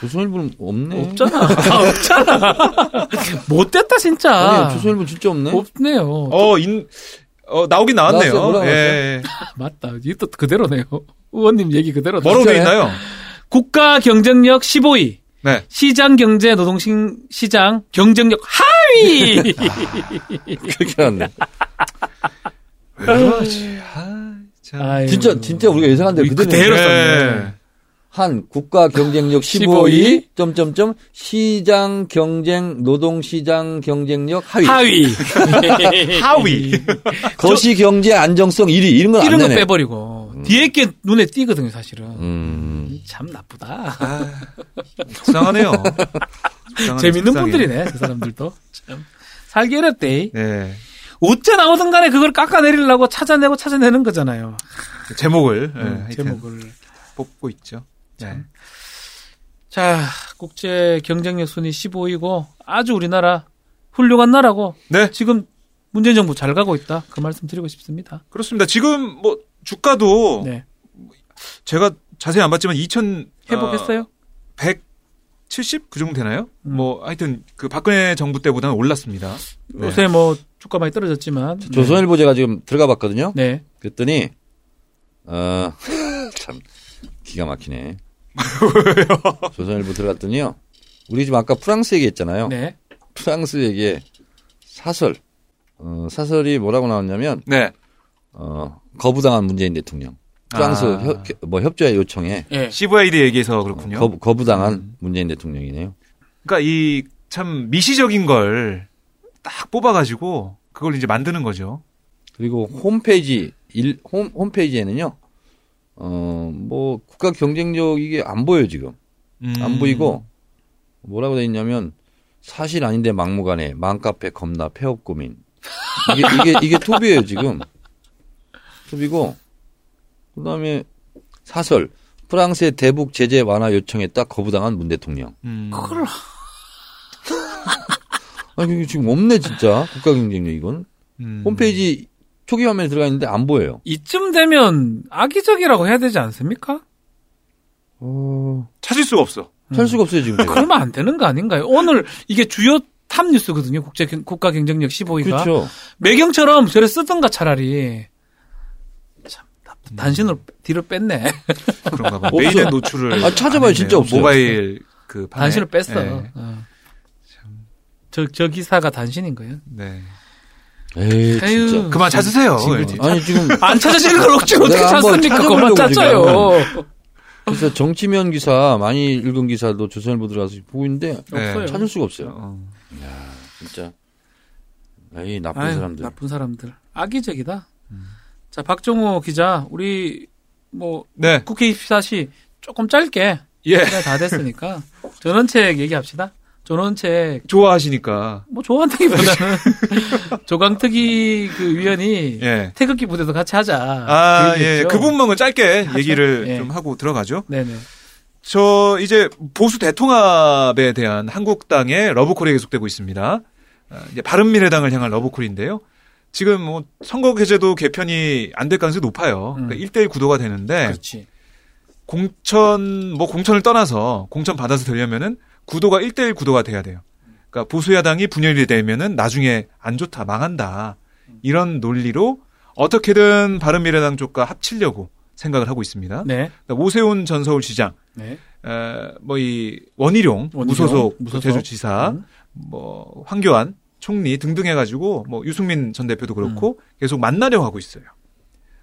S3: 조선일보는 없네.
S1: 없잖아. 다 없잖아. 못됐다 진짜.
S3: 아니, 조선일보 진짜 없네.
S1: 없네요.
S2: 어, 인, 어, 나오긴 나왔네요.
S3: 나왔어요? 뭐라고
S2: 예.
S1: 맞다. 이것도 그대로네요. 의원님 얘기 그대로.
S2: 뭐라고 돼
S3: 진짜요?
S2: 있나요?
S1: 국가 경쟁력 15위,
S2: 네.
S1: 시장 경제 노동 신- 시장 경쟁력 하위.
S3: 그렇게 나왔네.
S2: 왜 그러지? 아, 참. 예.
S1: 아유.
S3: 진짜 진짜 우리가 예상한 대로
S1: 우리
S3: 그대로
S1: 그대로
S3: 네.
S1: 썼네.
S3: 한 국가 경쟁력 15위 점점점 시장 경쟁 노동 시장 경쟁력 하위
S1: 하위. 음.
S2: 하위.
S3: 거시 경제 안정성 1위 이런 건 안
S1: 이런 거
S3: 되네.
S1: 빼버리고 뒤에 게 눈에 띄거든요, 사실은.
S3: 음.
S1: 참 나쁘다.
S2: 이상하네요.
S1: 재밌는 분들이네, 그 사람들도. 참. 살기 어렵대.
S2: 네.
S1: 어째 나오든 간에 그걸 깎아내리려고 찾아내고 찾아내는 거잖아요.
S2: 제목을 예,
S1: 음,
S2: 하여튼
S1: 제목을.
S2: 뽑고 있죠. 네.
S1: 자, 국제 경쟁력 순위 15위고 아주 우리나라 훌륭한 나라고
S2: 네.
S1: 지금 문재인 정부 잘 가고 있다. 그 말씀 드리고 싶습니다.
S2: 그렇습니다. 지금 뭐 주가도
S1: 네.
S2: 제가 자세히 안 봤지만 2000
S1: 회복했어요?
S3: 아,
S2: 170? 그 정도 되나요?
S1: 음.
S2: 뭐, 하여튼, 그 박근혜 정부 때보다는 올랐습니다. 네.
S1: 요새 뭐 주가 많이 떨어졌지만
S3: 조선일보 제가 지금 들어가 봤거든요.
S1: 네.
S3: 그랬더니 어참 기가 막히네. 조선일보 들어갔더니요. 우리 지금 아까 프랑스 얘기했잖아요.
S1: 네. 네.
S3: 프랑스 얘기에 사설 어, 사설이 뭐라고 나왔냐면
S2: 네.
S3: 어, 거부당한 문재인 대통령. 프랑스
S2: 아.
S3: 협, 뭐 협조의 요청에
S1: 예.
S2: CVID 얘기해서 그렇군요.
S3: 아, 거부, 거부당한 문재인 대통령이네요.
S2: 그러니까 이 참 미시적인 걸 딱 뽑아가지고 그걸 이제 만드는 거죠.
S3: 그리고 홈페이지 일, 홈, 홈페이지에는요. 어, 뭐 국가 경쟁력 이게 안 보여 지금.
S2: 음.
S3: 안 보이고 뭐라고 돼 있냐면 사실 아닌데 막무가내 맘카페 겁나 폐업 고민. 이게 이게 이게 톱이에요, 지금. 톱이고 그다음에 사설 프랑스의 대북 제재 완화 요청에 딱 거부당한 문 대통령.
S2: 음.
S1: 그걸
S3: 아, 이게 지금 없네, 진짜. 국가 경쟁력 이건.
S2: 음.
S3: 홈페이지 초기 화면에 들어가 있는데 안 보여요.
S1: 이쯤 되면 악의적이라고 해야 되지 않습니까?
S2: 찾을 수가 없어.
S3: 찰 수가 없어요, 지금. 제가.
S1: 그러면 안 되는 거 아닌가요? 오늘 이게 주요 탑 뉴스거든요. 국제 경- 국가 경쟁력 15위가
S3: 그렇죠.
S1: 매경처럼 저래 쓰던가 차라리 참 나쁘- 단신으로
S3: 음.
S1: 뒤로 뺐네.
S2: 그런가 봐.
S3: 없어.
S2: 메일의 노출을.
S3: 아, 찾아봐요.
S2: 안
S3: 진짜
S2: 했네요.
S3: 없어요.
S2: 모바일 그 판에.
S1: 단신을 뺐어.
S2: 네.
S1: 어. 저, 저 기사가 단신인 거예요.
S2: 네.
S3: 에이,
S1: 에휴.
S3: 네, 진짜.
S2: 그만 찾으세요.
S1: 징그러워.
S2: 예.
S3: 아니, 지금
S1: 안 찾으시는 걸 억지로 어떻게
S3: 내가 한번
S1: 찾습니까?
S3: 찾아보려고
S1: 그만 찾아요.
S3: 그래서 정치면 기사 많이 읽은 기사도 조선일보 들어가서 보고 있는데
S2: 네.
S1: 없어요.
S3: 찾을 수가 없어요.
S2: 어.
S3: 아, 진짜. 에이 나쁜
S1: 아유,
S3: 사람들. 음.
S1: 나쁜 사람들. 악의적이다. 자, 박종호 기자, 우리 뭐
S2: 네.
S1: 국회 입사시 조금 짧게
S2: 예.
S1: 시간 다 됐으니까 전원책 얘기합시다. 전원책
S2: 좋아하시니까.
S1: 뭐 좋아한다기보다는 조강특위 그 위원이
S2: 예.
S1: 태극기 부대도 같이 하자.
S2: 아,
S1: 그
S2: 예.
S1: 얘기했죠.
S2: 그 부분만은 짧게
S1: 하죠.
S2: 얘기를
S1: 예.
S2: 좀 하고 들어가죠.
S1: 네네.
S2: 저 이제 보수 대통합에 대한 한국당의 러브콜이 계속되고 있습니다. 아, 이제 바른미래당을 향한 러브콜인데요. 지금 뭐 선거개제도 개편이 안 될 가능성이 높아요.
S1: 음. 그렇죠.
S2: 그러니까 1대1 구도가 되는데
S1: 그렇지.
S2: 공천 뭐 공천을 떠나서 공천 받아서 되려면은 구도가 1대1 구도가 돼야 돼요. 그러니까 보수 야당이 분열이 되면은 나중에 안 좋다 망한다 이런 논리로 어떻게든 바른미래당 쪽과 합치려고 생각을 하고 있습니다.
S1: 네.
S2: 그러니까 오세훈 전 서울시장
S1: 네.
S2: 뭐 이 원희룡,
S1: 원희룡,
S2: 무소속,
S1: 무소속.
S2: 제주지사
S1: 음.
S2: 뭐 황교안 총리 등등 해가지고 뭐 유승민 전 대표도 그렇고 계속 만나려고 하고 있어요.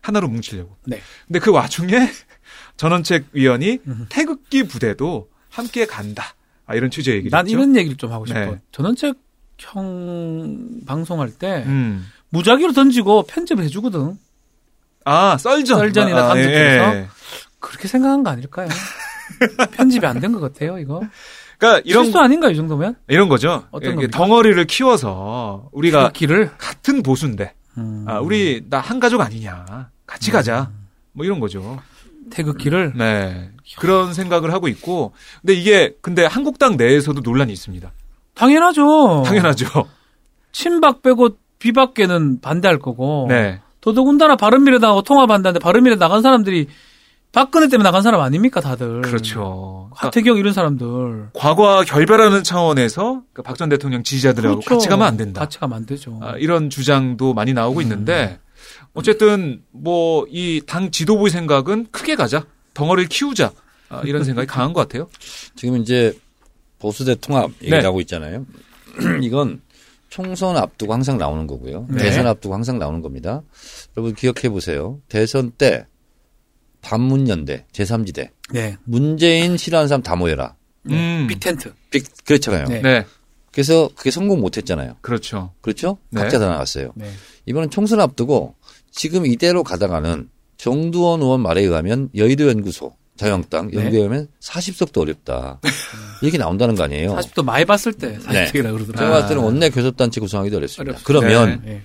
S2: 하나로 뭉치려고.
S1: 음. 네.
S2: 근데 그 와중에 전원책 위원이
S1: 음.
S2: 태극기 부대도 함께 간다. 아, 이런 취지의 얘기죠.
S1: 난 이런 얘기를 좀 하고 싶어.
S2: 네.
S1: 전원책 형 방송할 때
S2: 음.
S1: 무작위로 던지고 편집을 해주거든.
S2: 아 썰전.
S1: 썰전이나
S2: 아,
S1: 감정
S2: 예,
S1: 쪽에서?
S2: 예.
S1: 그렇게 생각한 거 아닐까요? 편집이 안 된 것 같아요, 이거.
S2: 그러니까 이런
S1: 실수 아닌가, 이 정도면?
S2: 이런 거죠.
S1: 어떤
S2: 이게
S1: 겁니까?
S2: 덩어리를 키워서 우리가
S1: 기를.
S2: 같은 보수인데
S1: 음.
S2: 아, 우리 나 한 가족 아니냐 같이 가자 뭐 이런 거죠.
S1: 태극기를.
S2: 네. 그런 생각을 하고 있고. 근데 이게, 근데 한국당 내에서도 논란이 있습니다.
S1: 당연하죠.
S2: 당연하죠.
S1: 친박 빼고 비박계는 반대할 거고.
S2: 네.
S1: 더더군다나 바른미래당하고 통합한다는데 바른미래 나간 사람들이 박근혜 때문에 나간 사람 아닙니까, 다들.
S2: 그렇죠. 그러니까
S1: 음. 하태경 이런 사람들.
S2: 과거와 결별하는 차원에서 그러니까 박 전 대통령 지지자들하고
S1: 그렇죠.
S2: 같이 가면 안 된다.
S1: 같이 가면 안 되죠.
S2: 아, 이런 주장도 많이 나오고 있는데, 어쨌든 뭐 이 당 지도부의 생각은 크게 가자. 덩어리를 키우자. 아, 이런 생각이 강한 것 같아요.
S3: 지금 이제 보수대 통합 얘기를
S2: 네.
S3: 하고 있잖아요. 이건 총선 앞두고 항상 나오는 거고요.
S1: 네.
S3: 대선 앞두고 항상 나오는 겁니다. 여러분 기억해 보세요. 대선 때 반문연대, 제3지대,
S1: 네.
S3: 문재인 싫어하는 사람 다 모여라.
S2: 음.
S1: 빅텐트.
S3: 빅- 그렇잖아요.
S1: 네.
S2: 네,
S3: 그래서 그게 성공 못 했잖아요.
S2: 그렇죠.
S3: 그렇죠?
S2: 네.
S3: 각자 다 나갔어요.
S1: 네.
S3: 이번엔 총선 앞두고 지금 이대로 가다가는 정두원 의원 말에 의하면 여의도 연구소 자유한국당
S1: 네.
S3: 연구에 의하면 40석도 어렵다. 이렇게 나온다는 거 아니에요.
S1: 사실 또 많이 봤을 때 사실이라
S3: 어. 네. 제가
S1: 그러더라고요.
S3: 봤을 때는 원내 교섭단체 구성하기도 어렵습니다.
S1: 아. 어렵습니다.
S3: 그러면
S1: 네.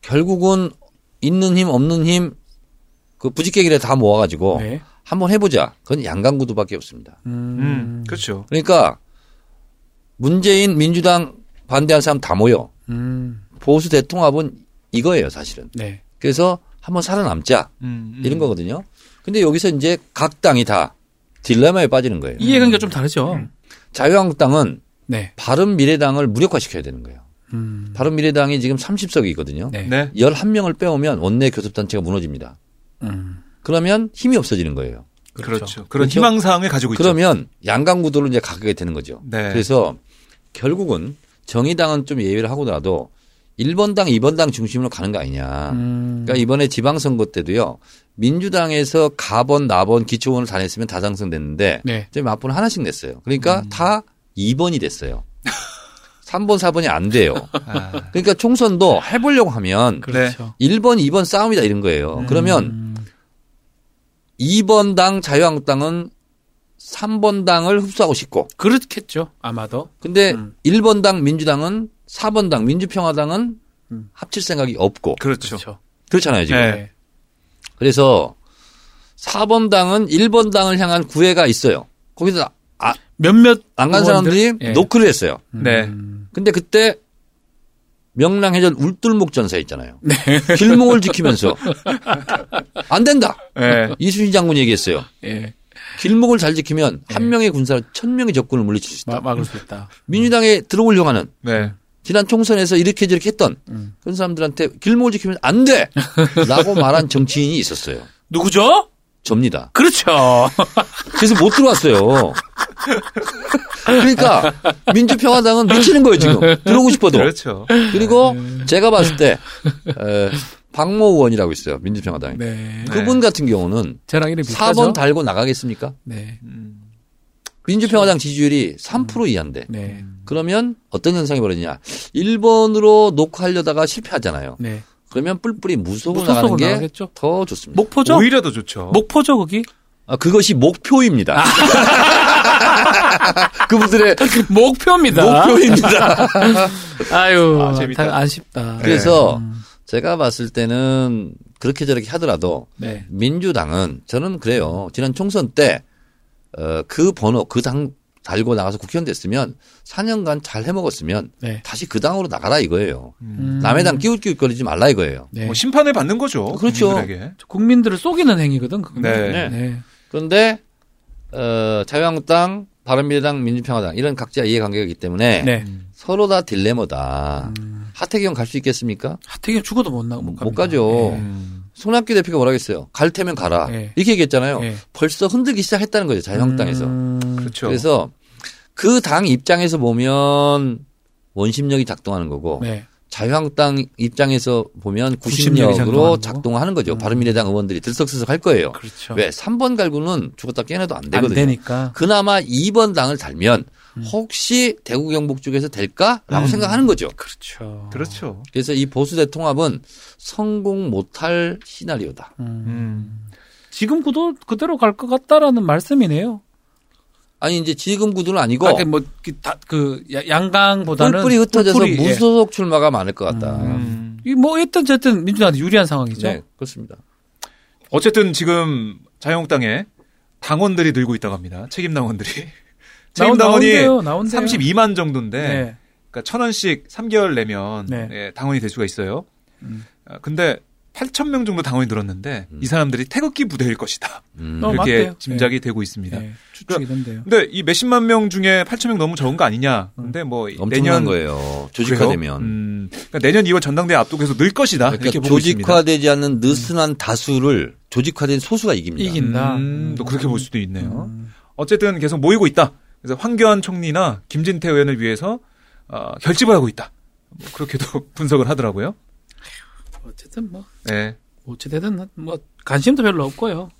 S3: 결국은 있는 힘 없는 힘 그 부지개길에 다 모아가지고
S1: 네.
S3: 한번 해보자. 그건 양강구도밖에 없습니다.
S1: 음.
S2: 음, 그렇죠.
S3: 그러니까 문재인 민주당 반대한 사람 다 모여
S1: 음.
S3: 보수 대통합은 이거예요 사실은.
S1: 네.
S3: 그래서 한번 살아남자
S2: 음, 음.
S3: 이런 거거든요. 근데 여기서 이제 각 당이 다 딜레마에 빠지는 거예요.
S1: 이해관계가 좀 다르죠.
S2: 음.
S3: 자유한국당은
S1: 네.
S3: 바른 미래당을 무력화시켜야 되는 거예요.
S1: 음.
S3: 바른 미래당이 지금 30석이거든요.
S1: 네.
S2: 네,
S3: 11명을 빼오면 원내 교섭단체가 무너집니다.
S1: 음.
S3: 그러면 힘이 없어지는 거예요.
S2: 그렇죠. 그런
S3: 그렇죠?
S2: 희망 사항을 가지고 있죠.
S3: 그러면 양강구도로 이제 가게 되는 거죠.
S2: 네.
S3: 그래서 결국은 정의당은 좀 예외를 하고라도 1번 당, 2번 당 중심으로 가는 거 아니냐.
S1: 음.
S3: 그러니까 이번에 지방선거 때도요. 민주당에서 가번, 나번, 기초원을 다 냈으면 다 당선됐는데
S1: 네.
S3: 이제 마포는 하나씩 냈어요. 그러니까 다 2번이 됐어요. 3번, 4번이 안 돼요.
S2: 아,
S3: 그러니까 총선도 해보려고 하면
S1: 그렇죠.
S3: 1번, 2번 싸움이다 이런 거예요. 어, 그러면
S1: 음.
S3: 2번 당 자유한국당은 3번 당을 흡수하고 싶고
S1: 그렇겠죠. 아마도.
S3: 근데
S1: 음.
S3: 1번 당 민주당은 4번 당 민주평화당은
S1: 음.
S3: 합칠 생각이 없고
S2: 그렇죠.
S3: 그렇잖아요 지금.
S2: 네.
S3: 그래서 4번 당은 1번 당을 향한 구애가 있어요. 거기서
S1: 몇몇
S3: 안 간
S1: 의원들?
S3: 사람들이
S1: 예.
S3: 노크를 했어요.
S2: 네.
S1: 음.
S3: 근데 그때 명랑해전 울뚤목 전사 있잖아요.
S1: 네.
S3: 길목을 지키면서 안 된다.
S2: 네.
S3: 이순신 장군이 얘기했어요.
S1: 예.
S3: 길목을 잘 지키면
S1: 예.
S3: 한 명의 군사로 천 명의 적군을 물리칠 수 있다.
S1: 마, 막을 수 있다.
S3: 민주당에 들어오려고 하는
S2: 네.
S3: 지난 총선에서 이렇게 저렇게 했던
S1: 음.
S3: 그런 사람들한테 길목을 지키면 안 돼! 라고 말한 정치인이 있었어요.
S1: 누구죠?
S3: 접니다.
S1: 그렇죠.
S3: 그래서 못 들어왔어요. 그러니까 민주평화당은 미치는 거예요, 지금. 들어오고 싶어도.
S2: 그렇죠.
S3: 그리고 제가 봤을 때 에, 박모 의원이라고 있어요 민주평화당에
S1: 네.
S3: 그분 같은 경우는
S1: 저랑 이름 비슷하죠?
S3: 4번 달고 나가겠습니까?
S1: 네.
S2: 음,
S3: 민주평화당 지지율이 3% 이하인데
S1: 네.
S3: 그러면 어떤 현상이 벌어지냐? 1번으로 놓고 하려다가 실패하잖아요.
S1: 네. 뭐
S3: 그러면 뿔뿔이 무소고
S1: 무소속으로
S3: 나가는
S1: 나가겠죠.
S3: 게 더 좋습니다.
S1: 목포죠?
S2: 오히려 더 좋죠. 뭐,
S1: 목포죠, 거기?
S3: 아, 그것이 목표입니다. 그분들의
S1: 목표입니다.
S3: 목표입니다.
S1: 아유,
S2: 아, 재밌다.
S1: 다 아쉽다.
S3: 그래서
S1: 음.
S3: 제가 봤을 때는 그렇게 저렇게 하더라도
S1: 네.
S3: 민주당은 저는 그래요. 지난 총선 때, 어, 그 번호, 그 당 달고 나가서 국회의원 됐으면 4년간 잘 해먹었으면
S1: 네.
S3: 다시 그 당으로 나가라 이거예요.
S2: 음.
S3: 남의 당 끼웃끼웃거리지 말라 이거예요.
S1: 네.
S2: 뭐 심판을 받는 거죠.
S3: 그렇죠.
S2: 국민들에게.
S1: 국민들을 속이는 행위거든, 그건.
S2: 네.
S1: 네.
S3: 그런데, 어, 자유한국당, 바른미래당, 민주평화당 이런 각자 이해관계이기 때문에
S1: 네.
S3: 서로 다 딜레머다.
S1: 음.
S3: 하태경 갈 수 있겠습니까?
S1: 하태경 죽어도 못 나가, 못
S3: 못,
S1: 갑니다.
S3: 가죠.
S2: 음.
S3: 손학규 대표가 뭐라 했어요? 갈 테면 가라.
S1: 네.
S3: 이렇게 얘기했잖아요.
S1: 네.
S3: 벌써 흔들기 시작했다는 거죠. 자유한국당에서.
S1: 음.
S2: 그렇죠.
S3: 네. 그래서 그 당 입장에서 보면 원심력이 작동하는 거고
S1: 네.
S3: 자유한국당 입장에서 보면
S1: 구심력이 작동하는 거고. 음.
S3: 구심력으로 작동하는 거죠. 바른미래당 의원들이 들썩들썩 할 거예요.
S1: 그렇죠.
S3: 왜? 3번 갈구는 죽었다 깨어나도 안
S1: 안 음.
S3: 되거든요.
S1: 되니까.
S3: 그나마 2번 당을 달면 혹시 대구 경북 쪽에서 될까라고 생각하는 거죠.
S1: 음. 그렇죠.
S2: 그렇죠.
S3: 그래서 이 보수 대통합은 성공 못할 시나리오다.
S1: 음.
S2: 음.
S1: 지금 구도 그대로 갈 것 같다라는 말씀이네요.
S3: 아니 이제 지금 구도는 아니고
S1: 아까 뭐, 그, 다, 그, 야- 양강보다는.
S3: 뿔뿔이 흩어져서
S1: 뿔뿔이, 예.
S3: 무소속 출마가 많을 것 같다.
S2: 음.
S1: 이 뭐, 어쨌든, 어쨌든 민주당한테 유리한 상황이죠.
S3: 네, 그렇습니다.
S2: 어쨌든 지금 자유한국당에 당원들이 늘고 있다고 합니다. 책임
S3: 네.
S2: 당원들이. 책임 당원이
S1: 나온대요, 나온대요.
S2: 32만 정도인데
S1: 네.
S2: 그러니까 천 원씩 3개월 내면
S1: 네.
S2: 예, 당원이 될 수가 있어요.
S1: 음.
S2: 아, 근데 8천 명 정도 당원이 늘었는데
S3: 음.
S2: 이 사람들이 태극기 부대일 것이다.
S3: 음.
S1: 어,
S2: 이렇게
S1: 맞대요.
S2: 짐작이 되고 있습니다.
S1: 네. 추측이던데요.
S2: 근데 이 몇십만 명 중에 8천 명 너무 적은 거 아니냐? 근데 뭐
S3: 엄청난
S2: 내년
S3: 거예요.
S2: 그래요?
S3: 조직화되면.
S2: 음, 그러니까 내년 2월 전당대회 앞두고 계속 늘 것이다. 이렇게
S3: 그러니까
S2: 보고 있습니다.
S3: 조직화되지 않는 느슨한 다수를 조직화된 소수가 이깁니다. 음.
S1: 이긴다.
S2: 음, 또 그렇게 볼 수도
S3: 그러니까
S2: 있네요.
S1: 음.
S2: 어쨌든 계속 모이고 있다. 그래서 황교안 총리나 김진태 의원을 위해서 어, 결집을 하고 있다. 뭐 그렇게도 분석을 하더라고요.
S1: 어쨌든 뭐
S2: 네.
S1: 어찌되든 뭐 관심도 별로 없고요.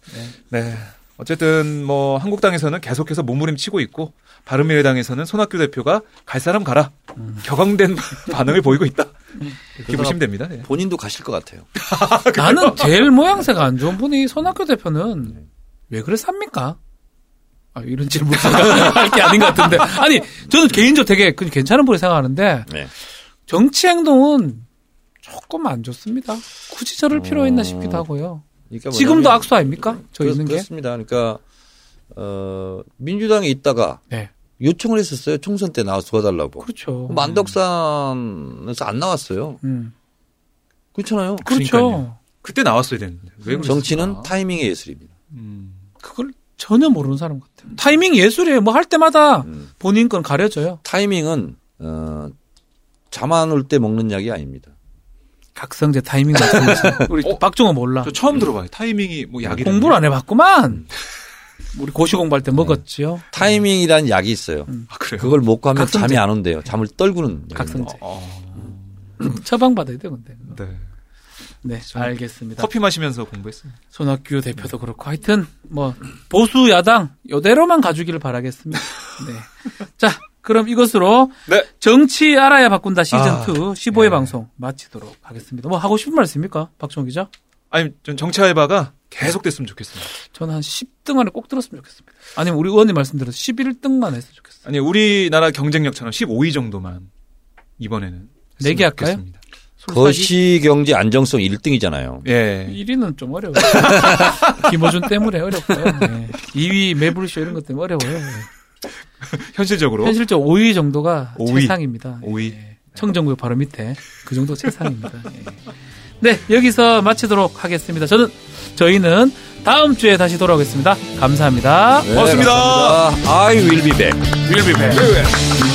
S2: 네. 어쨌든 뭐 한국당에서는 계속해서 몸부림치고 있고 바른미래당에서는 손학규 대표가 갈 사람 가라
S3: 음.
S2: 격앙된 반응을 보이고 있다 이렇게 보시면 됩니다. 예.
S3: 본인도 가실 것 같아요.
S1: 나는 제일 모양새가 안 좋은 분이 손학규 대표는 왜 그랬습니까? 아, 이런 질문 할게 아닌 것 같은데. 아니, 저는 개인적으로 되게 그- 괜찮은 분이 생각하는데,
S3: 네.
S1: 정치 행동은 조금 안 좋습니다. 굳이 저를 필요했나 싶기도 하고요.
S3: 어. 그러니까
S1: 지금도
S3: 뭐냐면
S1: 악수 아닙니까? 저
S3: 그렇-
S1: 있는 게.
S3: 그렇습니다. 그러니까 어, 민주당에 있다가
S1: 네.
S3: 요청을 했었어요. 총선 때 나와서 도와달라고.
S1: 그렇죠.
S3: 만덕산에서 안 나왔어요.
S1: 음.
S3: 그렇잖아요.
S1: 그렇죠.
S2: 그러니까요. 그때 나왔어야 되는데 왜 그랬을까?
S3: 정치는 타이밍의 예술입니다.
S2: 음.
S1: 그걸 전혀 모르는 사람 같아요. 타이밍 예술이에요. 뭐 할 때마다
S3: 음.
S1: 본인 건 가려져요.
S3: 타이밍은 어, 잠안 올 때 먹는 약이 아닙니다.
S1: 각성제 타이밍 말씀이세요. 우리
S2: 어?
S1: 박종호 몰라.
S2: 저 처음 들어봐요. 타이밍이 뭐 약이
S1: 공부를 안 해봤구만. 우리 고시 공부할
S2: 네.
S1: 때 먹었지요.
S3: 타이밍이라는 약이
S1: 네.
S3: 있어요.
S2: 아 그래요?
S3: 그걸 먹고 하면
S1: 각성제.
S3: 잠이 안 온대요. 잠을 떨구는.
S2: 네.
S3: 약입니다.
S1: 각성제.
S2: 어,
S1: 처방 받아야 돼, 근데.
S2: 네.
S1: 네, 알겠습니다.
S2: 그렇죠. 커피 네. 마시면서 공부했어요.
S1: 손학규 대표도 그렇고 하여튼 뭐 보수 야당 요대로만 가주기를 바라겠습니다. 네. 자, 그럼 이것으로
S2: 네.
S1: 정치 알아야 바꾼다 시즌
S2: 아,
S1: 2 15회
S2: 예.
S1: 방송 마치도록 하겠습니다. 뭐 하고 싶은 말 있습니까? 박종호 기자?
S2: 아니 전 정치 알바가 계속됐으면 좋겠습니다.
S1: 저는 한 10등 안에 꼭 들었으면 좋겠습니다. 아니면 우리 의원님 말씀대로 11등만 했으면 좋겠어요.
S2: 아니 우리나라 경쟁력처럼 15위 정도만 이번에는
S1: 네개
S2: 했으면
S1: 할까요?
S2: 좋겠습니다.
S3: 거시 경제 안정성 1등이잖아요.
S2: 예.
S1: 1위는 좀 어려워요. 김호준 때문에 어렵고요. 네. 2위 매불쇼 이런 것 때문에 어려워요. 네.
S2: 현실적으로 네.
S1: 현실적으로 5위 정도가
S2: 오위.
S1: 최상입니다.
S2: 5위.
S1: 예. 청정구역 바로 밑에 그 정도 최상입니다. 예. 네 여기서 마치도록 하겠습니다. 저는 저희는 다음 주에 다시 돌아오겠습니다. 감사합니다.
S2: 고맙습니다.
S3: 네, 감사합니다. I will be back.
S2: We'll be back.